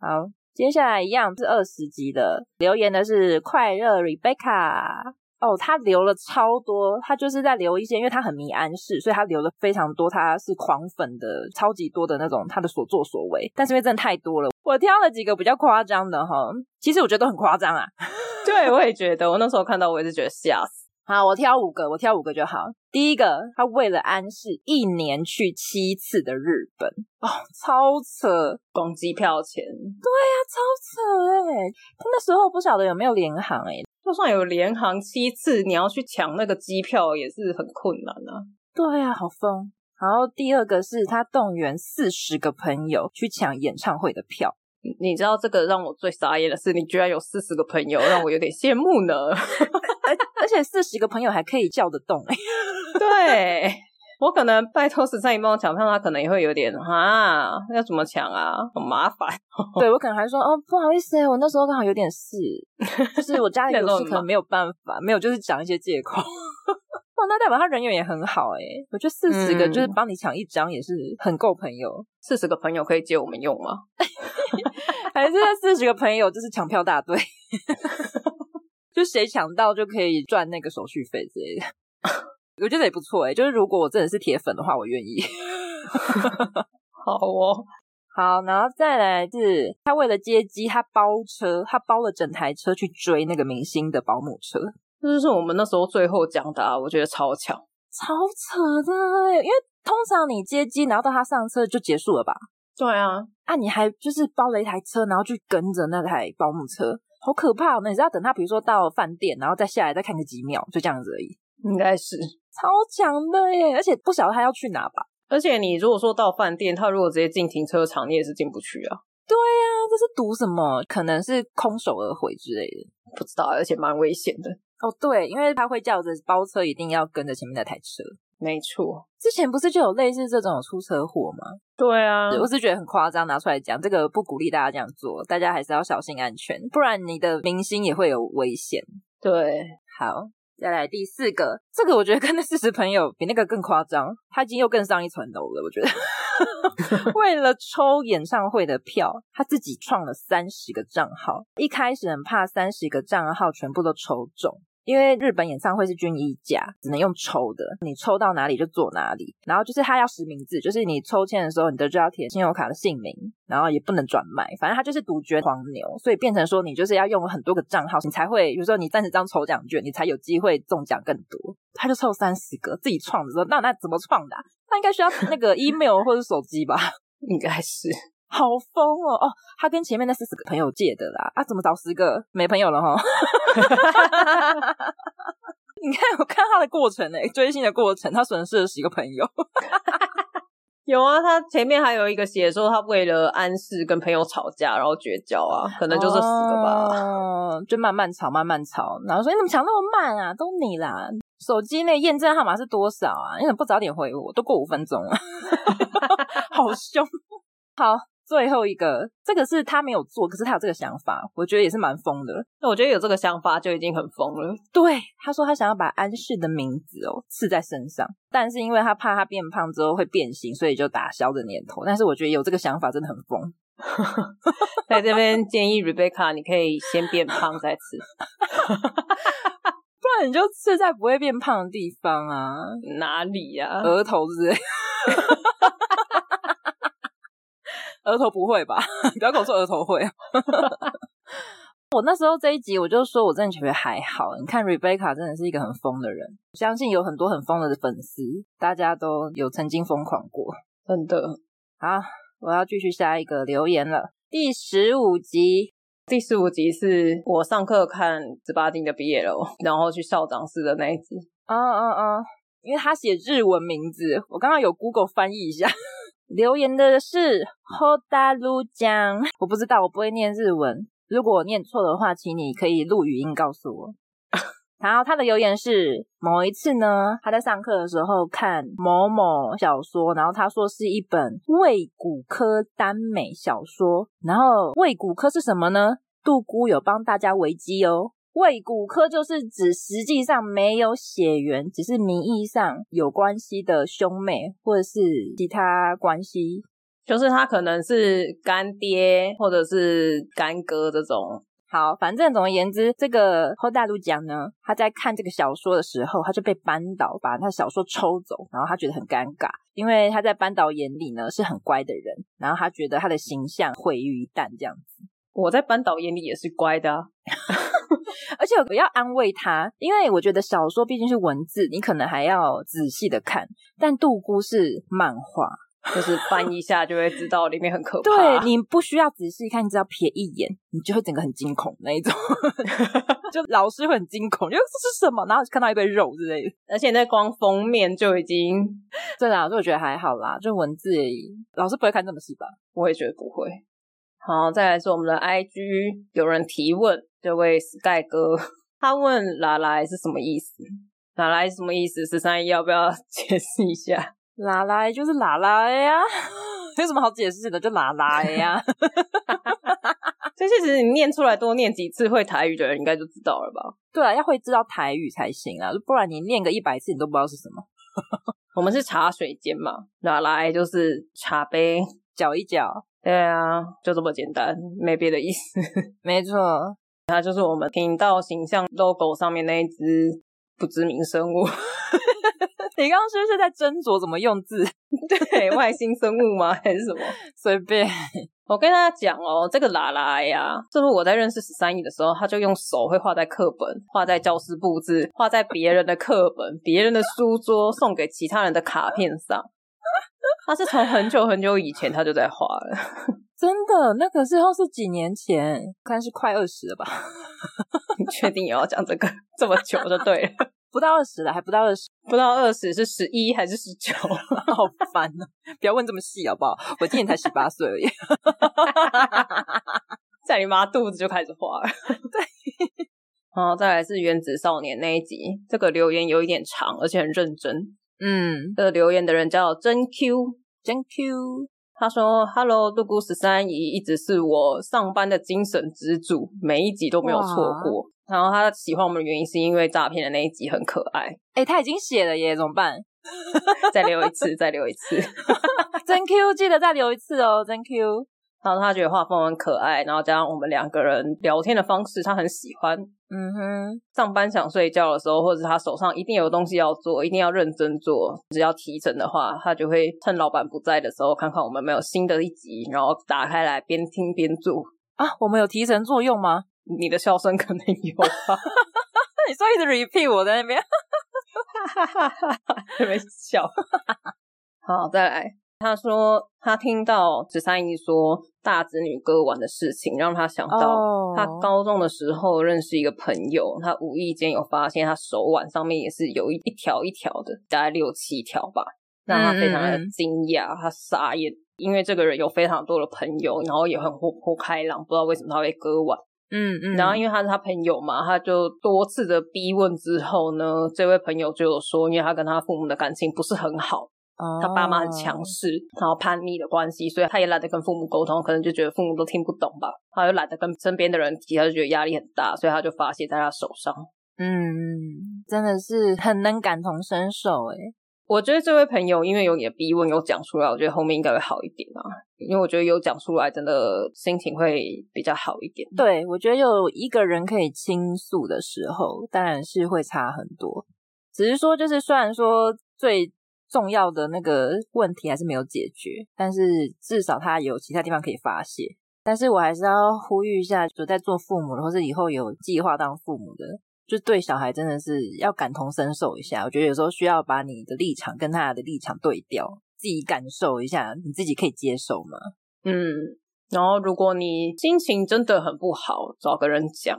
[SPEAKER 3] 好，接下来一样是二十集的留言的是快乐 Rebecca 哦，他留了超多，他就是在留一些，因为他很迷安室，所以他留了非常多，他是狂粉的超级多的那种他的所作所为，但是因为真的太多了，我挑了几个比较夸张的哈，其实我觉得都很夸张啊。
[SPEAKER 2] 对，我也觉得，我那时候看到我也是觉得吓死。
[SPEAKER 3] 好，我挑五个，我挑五个就好。第一个，他为了安室一年去七次的日本哦，超扯，
[SPEAKER 2] 光机票钱，
[SPEAKER 3] 超扯哎、他那时候不晓得有没有联航哎、
[SPEAKER 2] 就算有联航七次，你要去抢那个机票也是很困难啊。
[SPEAKER 3] 对啊，好疯。然后第二个是他动员四十个朋友去抢演唱会的票，
[SPEAKER 2] 你你知道这个让我最傻眼的是，你居然有四十个朋友，让我有点羡慕呢。
[SPEAKER 3] 而且四十个朋友还可以叫得动、欸，
[SPEAKER 2] 对我可能拜托十三姨帮我抢票，他可能也会有点啊，要怎么抢啊，很麻烦。
[SPEAKER 3] 对我可能还说哦不好意思、欸，我那时候刚好有点事，就是我家里有
[SPEAKER 2] 那都很
[SPEAKER 3] 事可能
[SPEAKER 2] 忙
[SPEAKER 3] 没有办法，没有就是讲一些借口。 哇，那代表他人缘也很好哎、我觉得四十个
[SPEAKER 2] 嗯
[SPEAKER 3] 就是帮你抢一张也是很够朋友，
[SPEAKER 2] 四十个朋友可以借我们用吗？
[SPEAKER 3] 还是那四十个朋友就是抢票大队， 就谁抢到就可以赚那个手续费之类的。 我觉得也不错哎、就是如果我真的是铁粉的话，我愿意。
[SPEAKER 2] 好哦，
[SPEAKER 3] 好，然后再来是，他为了接机，他包车，他包了整台车去追那个明星的保姆车，
[SPEAKER 2] 这就是我们那时候最后讲的、啊，我觉得超强。
[SPEAKER 3] 超扯的欸、因为通常你接机，然后到他上车就结束了吧？
[SPEAKER 2] 对啊，
[SPEAKER 3] 啊，你还就是包了一台车，然后去跟着那台保姆车，好可怕、哦！那你是要等他，比如说到饭店，然后再下来再看个几秒，就这样子而已，
[SPEAKER 2] 应该是。
[SPEAKER 3] 超强的耶！而且不晓得他要去哪吧？
[SPEAKER 2] 而且你如果说到饭店，他如果直接进停车场，你也是进不去啊。
[SPEAKER 3] 对呀、这是赌什么？可能是空手而回之类的。
[SPEAKER 2] 不知道，而且蛮危险的。
[SPEAKER 3] 哦，对，因为他会叫着包车一定要跟着前面那台车。
[SPEAKER 2] 没错，
[SPEAKER 3] 之前不是就有类似这种出车祸吗？
[SPEAKER 2] 对啊，
[SPEAKER 3] 我是觉得很夸张，拿出来讲，这个不鼓励大家这样做，大家还是要小心安全，不然你的明星也会有危险。
[SPEAKER 2] 对，
[SPEAKER 3] 好，再来第四个，这个我觉得跟那四十朋友比那个更夸张，他已经又更上一层楼了。我觉得， 为了抽演唱会的票，他自己创了三十个账号，一开始很怕三十个账号全部都抽中。因为日本演唱会是均一价，只能用抽的，你抽到哪里就做哪里。然后就是他要实名制，就是你抽签的时候，你的就要填信用卡的姓名，然后也不能转卖。反正他就是独绝黄牛，所以变成说你就是要用很多个账号，你才会，比如说你三十张抽奖券，你才有机会中奖更多。他就抽三十个，自己创的时候，那那怎么创的啊、他应该需要那个 email 或者手机吧？
[SPEAKER 2] 应该是。
[SPEAKER 3] 好疯哦！哦，他跟前面那四十个朋友借的啦，啊，怎么找十个没朋友了 哈？欸你看，我看他的过程呢，追星的过程，他损失了十个朋友，
[SPEAKER 2] 有啊，他前面还有一个写说他为了安适跟朋友吵架，然后绝交啊，可能就这四个吧。
[SPEAKER 3] 哦，就慢慢吵，慢慢吵，然后说你怎么想那么慢啊？都你啦，手机那个验证号码是多少啊？你怎么不早点回我？都过五分钟了，啊 好凶。好，最后一个，这个是他没有做，可是他有这个想法，我觉得也是蛮疯的。
[SPEAKER 2] 那我觉得有这个想法就已经很疯了。
[SPEAKER 3] 对，他说他想要把安室的名字哦刺在身上，但是因为他怕他变胖之后会变形，所以就打消这念头。但是我觉得有这个想法真的很疯。
[SPEAKER 2] 在这边建议 Rebecca，你可以先变胖再吃。
[SPEAKER 3] 不然你就刺在不会变胖的地方啊，
[SPEAKER 2] 哪里啊呀、
[SPEAKER 3] 额头之类。 额头不会吧？ 不要跟我说额头会。哦 我那时候这一集我就说，我真的觉得还好。你看 Rebecca 真的是一个很疯的人，相信有很多很疯的粉丝，大家都有曾经疯狂过。
[SPEAKER 2] 真的，
[SPEAKER 3] 好，我要继续下一个留言了。第十五集，
[SPEAKER 2] 第十五集是我上课看十八禁的毕业楼，然后去校长室的那一集。
[SPEAKER 3] 嗯嗯嗯，因为他写日文名字，我刚刚有 Google 翻译一下。 留言的是 Hodaru 江，我不知道，我不会念日文。如果我念错的话，请你可以录语音告诉我。 然后他的留言是：某一次呢，他在上课的时候看某某小说，然后他说是一本未骨科耽美小说。然后未骨科是什么呢？杜姑有帮大家维基哦。未骨科就是指实际上没有血缘，只是名义上有关系的兄妹或者是其他关系。
[SPEAKER 2] 就是他可能是干爹或者是干哥这种，
[SPEAKER 3] 好，反正总而言之，这个后大陆讲呢，他在看这个小说的时候，他就被班导把他小说抽走，然后他觉得很尴尬，因为他在班导眼里呢是很乖的人，然后他觉得他的形象毁于一旦这样子。
[SPEAKER 2] 我在班导眼里也是乖的、啊。
[SPEAKER 3] 而且我要安慰他，因为我觉得小说毕竟是文字，你可能还要仔细的看，但杜姑是漫画，
[SPEAKER 2] 就是翻一下就会知道里面很可怕。
[SPEAKER 3] 对你不需要仔细看，你只要瞥一眼，你就会整个很惊恐那一 种，就老师会很惊恐，因为这是什么？然后看到一堆肉之类的。
[SPEAKER 2] 而且那光封面就已经，
[SPEAKER 3] 对啦，啊所以我觉得还好啦，就文字而已，老师不会看这么细吧？
[SPEAKER 2] 我也觉得不会。好，再来是我们的 IG，有人提问，这位 Sky 哥，他问“拉来”是什么意思？“拉来”什么意思？十三姨要 不要解释一下？
[SPEAKER 3] 拉拉就是拉拉呀， 有什么好解释的？就拉拉呀。
[SPEAKER 2] 这其实你念出来多念几次会台语的人应该就知道了吧？
[SPEAKER 3] 对啊，要会知道台语才行啊，不然你念个一百次你都不知道是什么。
[SPEAKER 2] 我们是茶水间嘛，“拉来”就是茶杯，
[SPEAKER 3] 搅一搅，
[SPEAKER 2] 对啊，就这么简单，没别的意思。
[SPEAKER 3] 没错，
[SPEAKER 2] 它就是我们频道形象 logo 上面那一只不知名生物，
[SPEAKER 3] 你刚刚是不是在斟酌怎么用字？
[SPEAKER 2] 对，哎外星生物吗？还是什么？
[SPEAKER 3] 随便，
[SPEAKER 2] 我跟大家讲哦，这个拉拉呀，就是我在认识十三姨的时候，他就用手会画在课本、画在教室布置、画在别人的课本、别人的书桌、送给其他人的卡片上。他是从很久很久以前他就在画了。
[SPEAKER 3] 真的，那个时候是几年前，看是快二十了吧，
[SPEAKER 2] 你确定也要讲这个这么久就对了，
[SPEAKER 3] 不到二十了，还不到二十，
[SPEAKER 2] 不到二十是十一还是十九？
[SPEAKER 3] 好烦啊！不要问这么细好不好？我今年才十八岁而已。
[SPEAKER 2] 在你妈肚子就开始画了。 对，然 后再来是原子少年那一集，这个留言有一点长，而且很认真。
[SPEAKER 3] 嗯，
[SPEAKER 2] 这个留言的人叫真 Q，
[SPEAKER 3] 真 Q，
[SPEAKER 2] 他说：“Hello，杜姑十三姨一直是我上班的精神支柱，每一集都没有错过。然后他喜欢我们的原因是因为诈骗的那一集很可爱。
[SPEAKER 3] 哎、他已经写了耶，怎么办？
[SPEAKER 2] 再留一次，再留一次。
[SPEAKER 3] 真 Q 记得再留一次哦，真 Q。
[SPEAKER 2] 然后他觉得画风很可爱，然后加上我们两个人聊天的方式，他很喜欢。
[SPEAKER 3] 嗯哼，
[SPEAKER 2] 上班想睡觉的时候，或者他手上一定有东西要做，一定要认真做。只要提成的话，他就会趁老板不在的时候，看看我们有没有新的一集，然后打开来边听边做。
[SPEAKER 3] 啊，我们有提神作用吗？
[SPEAKER 2] 你的笑声可能有 吧，
[SPEAKER 3] 那你说一直 repeat 我在那边，
[SPEAKER 2] 特别笑。 好，再来。他说他听到十三姨说大侄女割腕的事情，让他想到
[SPEAKER 3] 哦
[SPEAKER 2] 他高中的时候认识一个朋友，他无意间有发现他手腕上面也是有一一条一条的，大概六七条吧。让他非常的
[SPEAKER 3] 嗯嗯嗯
[SPEAKER 2] 惊讶，他傻眼，因为这个人有非常多的朋友，然后也很活泼开朗，不知道为什么他会割腕。
[SPEAKER 3] 嗯嗯
[SPEAKER 2] 然后因为他是他朋友嘛，他就多次的逼问之后呢，这位朋友就有说，因为他跟他父母的感情不是很好，他爸妈
[SPEAKER 3] 哦
[SPEAKER 2] 很强势，然后叛逆的关系，所以他也懒得跟父母沟通，可能就觉得父母都听不懂吧，他就懒得跟身边的人提，他就觉得压力很大，所以他就发泄在他手上。
[SPEAKER 3] 嗯，真的是很能感同身受哎。
[SPEAKER 2] 我觉得这位朋友因为有你的逼问，有讲出来，我觉得后面应该会好一点啊，因为我觉得有讲出来，真的心情会比较好一点。
[SPEAKER 3] 对，我觉得有一个人可以倾诉的时候，当然是会差很多。只是说，就是虽然说最重要的那个问题还是没有解决，但是至少他有其他地方可以发泄。但是我还是要呼吁一下，就在做父母的，或是以后有计划当父母的，就对小孩真的是要感同身受一下。我觉得有时候需要把你的立场跟他的立场对调，自己感受一下，你自己可以接受吗？
[SPEAKER 2] 嗯，然后如果你心情真的很不好，找个人讲。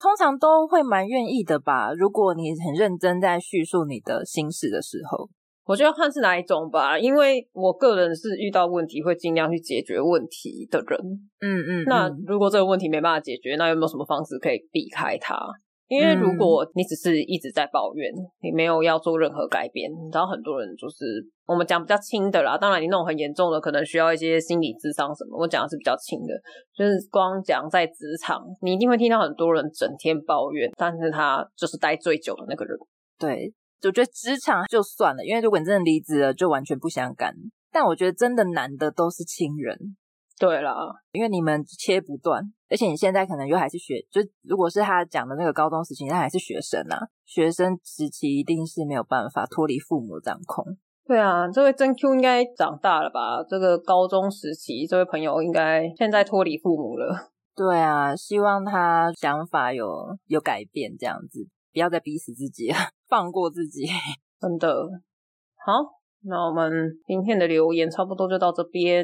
[SPEAKER 3] 通常都会蛮愿意的吧。如果你很认真在叙述你的心事的时候，
[SPEAKER 2] 我觉得看是哪一种吧，因为我个人是遇到问题会尽量去解决问题的人，
[SPEAKER 3] 嗯嗯
[SPEAKER 2] 那如果这个问题没办法解决，那有没有什么方式可以避开它？因为如果你只是一直在抱怨，你没有要做任何改变，然后很多人就是我们讲比较轻的啦，当然你那种很严重的，可能需要一些心理智商什么。我讲的是比较轻的，就是光讲在职场，你一定会听到很多人整天抱怨，但是他就是待最久的那个人。
[SPEAKER 3] 对，我觉得职场就算了，因为如果你真的离职了，就完全不相干。但我觉得真的难的都是亲人，
[SPEAKER 2] 对啦，
[SPEAKER 3] 因为你们切不断，而且你现在可能又还是学，就如果是他讲的那个高中时期，他还是学生啊，学生时期一定是没有办法脱离父母的掌控。
[SPEAKER 2] 对啊，这位真 Q 应该长大了吧？这个高中时期，这位朋友应该现在脱离父母了。
[SPEAKER 3] 对啊，希望他想法有有改变，这样子不要再逼死自己了， 放过自己。
[SPEAKER 2] 真的。好，那我们今天的留言差不多就到这边。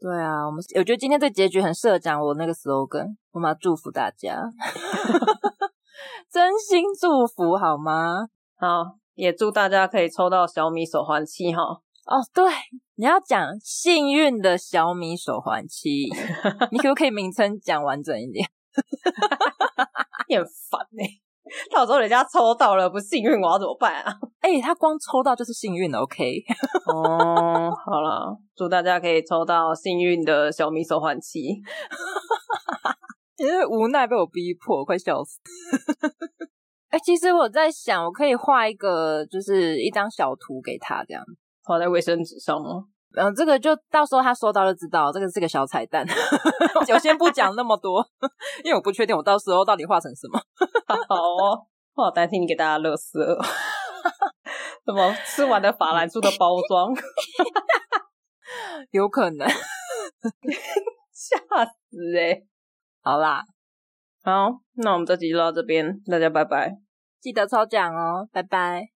[SPEAKER 3] 对啊，我们我觉得今天这结局很适合讲我那个 slogan，我们要祝福大家， 真心祝福好吗？
[SPEAKER 2] 好，啊也祝大家可以抽到小米手环七哈。
[SPEAKER 3] 哦，对，你要讲幸运的小米手环七，你可不可以名称讲完整一点？
[SPEAKER 2] 你啊很烦呢、 到时候人家抽到了不幸运，我要怎么办啊？
[SPEAKER 3] 哎、他光抽到就是幸运的，OK？
[SPEAKER 2] 哦， 好啦，祝大家可以抽到幸运的小米手环七。
[SPEAKER 3] 因为无奈被我逼迫，我快笑死。 哎、其实我在想，我可以画一个，就是一张小图给他这样。
[SPEAKER 2] 画在卫生纸上哦吗？
[SPEAKER 3] 然后呃这个就到时候他收到就知道，这个是个小彩蛋。 我先不讲那么多，因为我不确定我到时候到底画成什么。
[SPEAKER 2] 好哦，我好担心你给大家乐死 了。怎么吃完的法兰素的包装？
[SPEAKER 3] 有可能。
[SPEAKER 2] 吓死哎、
[SPEAKER 3] 好啦，
[SPEAKER 2] 好，那我们这集就到这边，大家拜拜。
[SPEAKER 3] 记得抽奖哦，拜拜。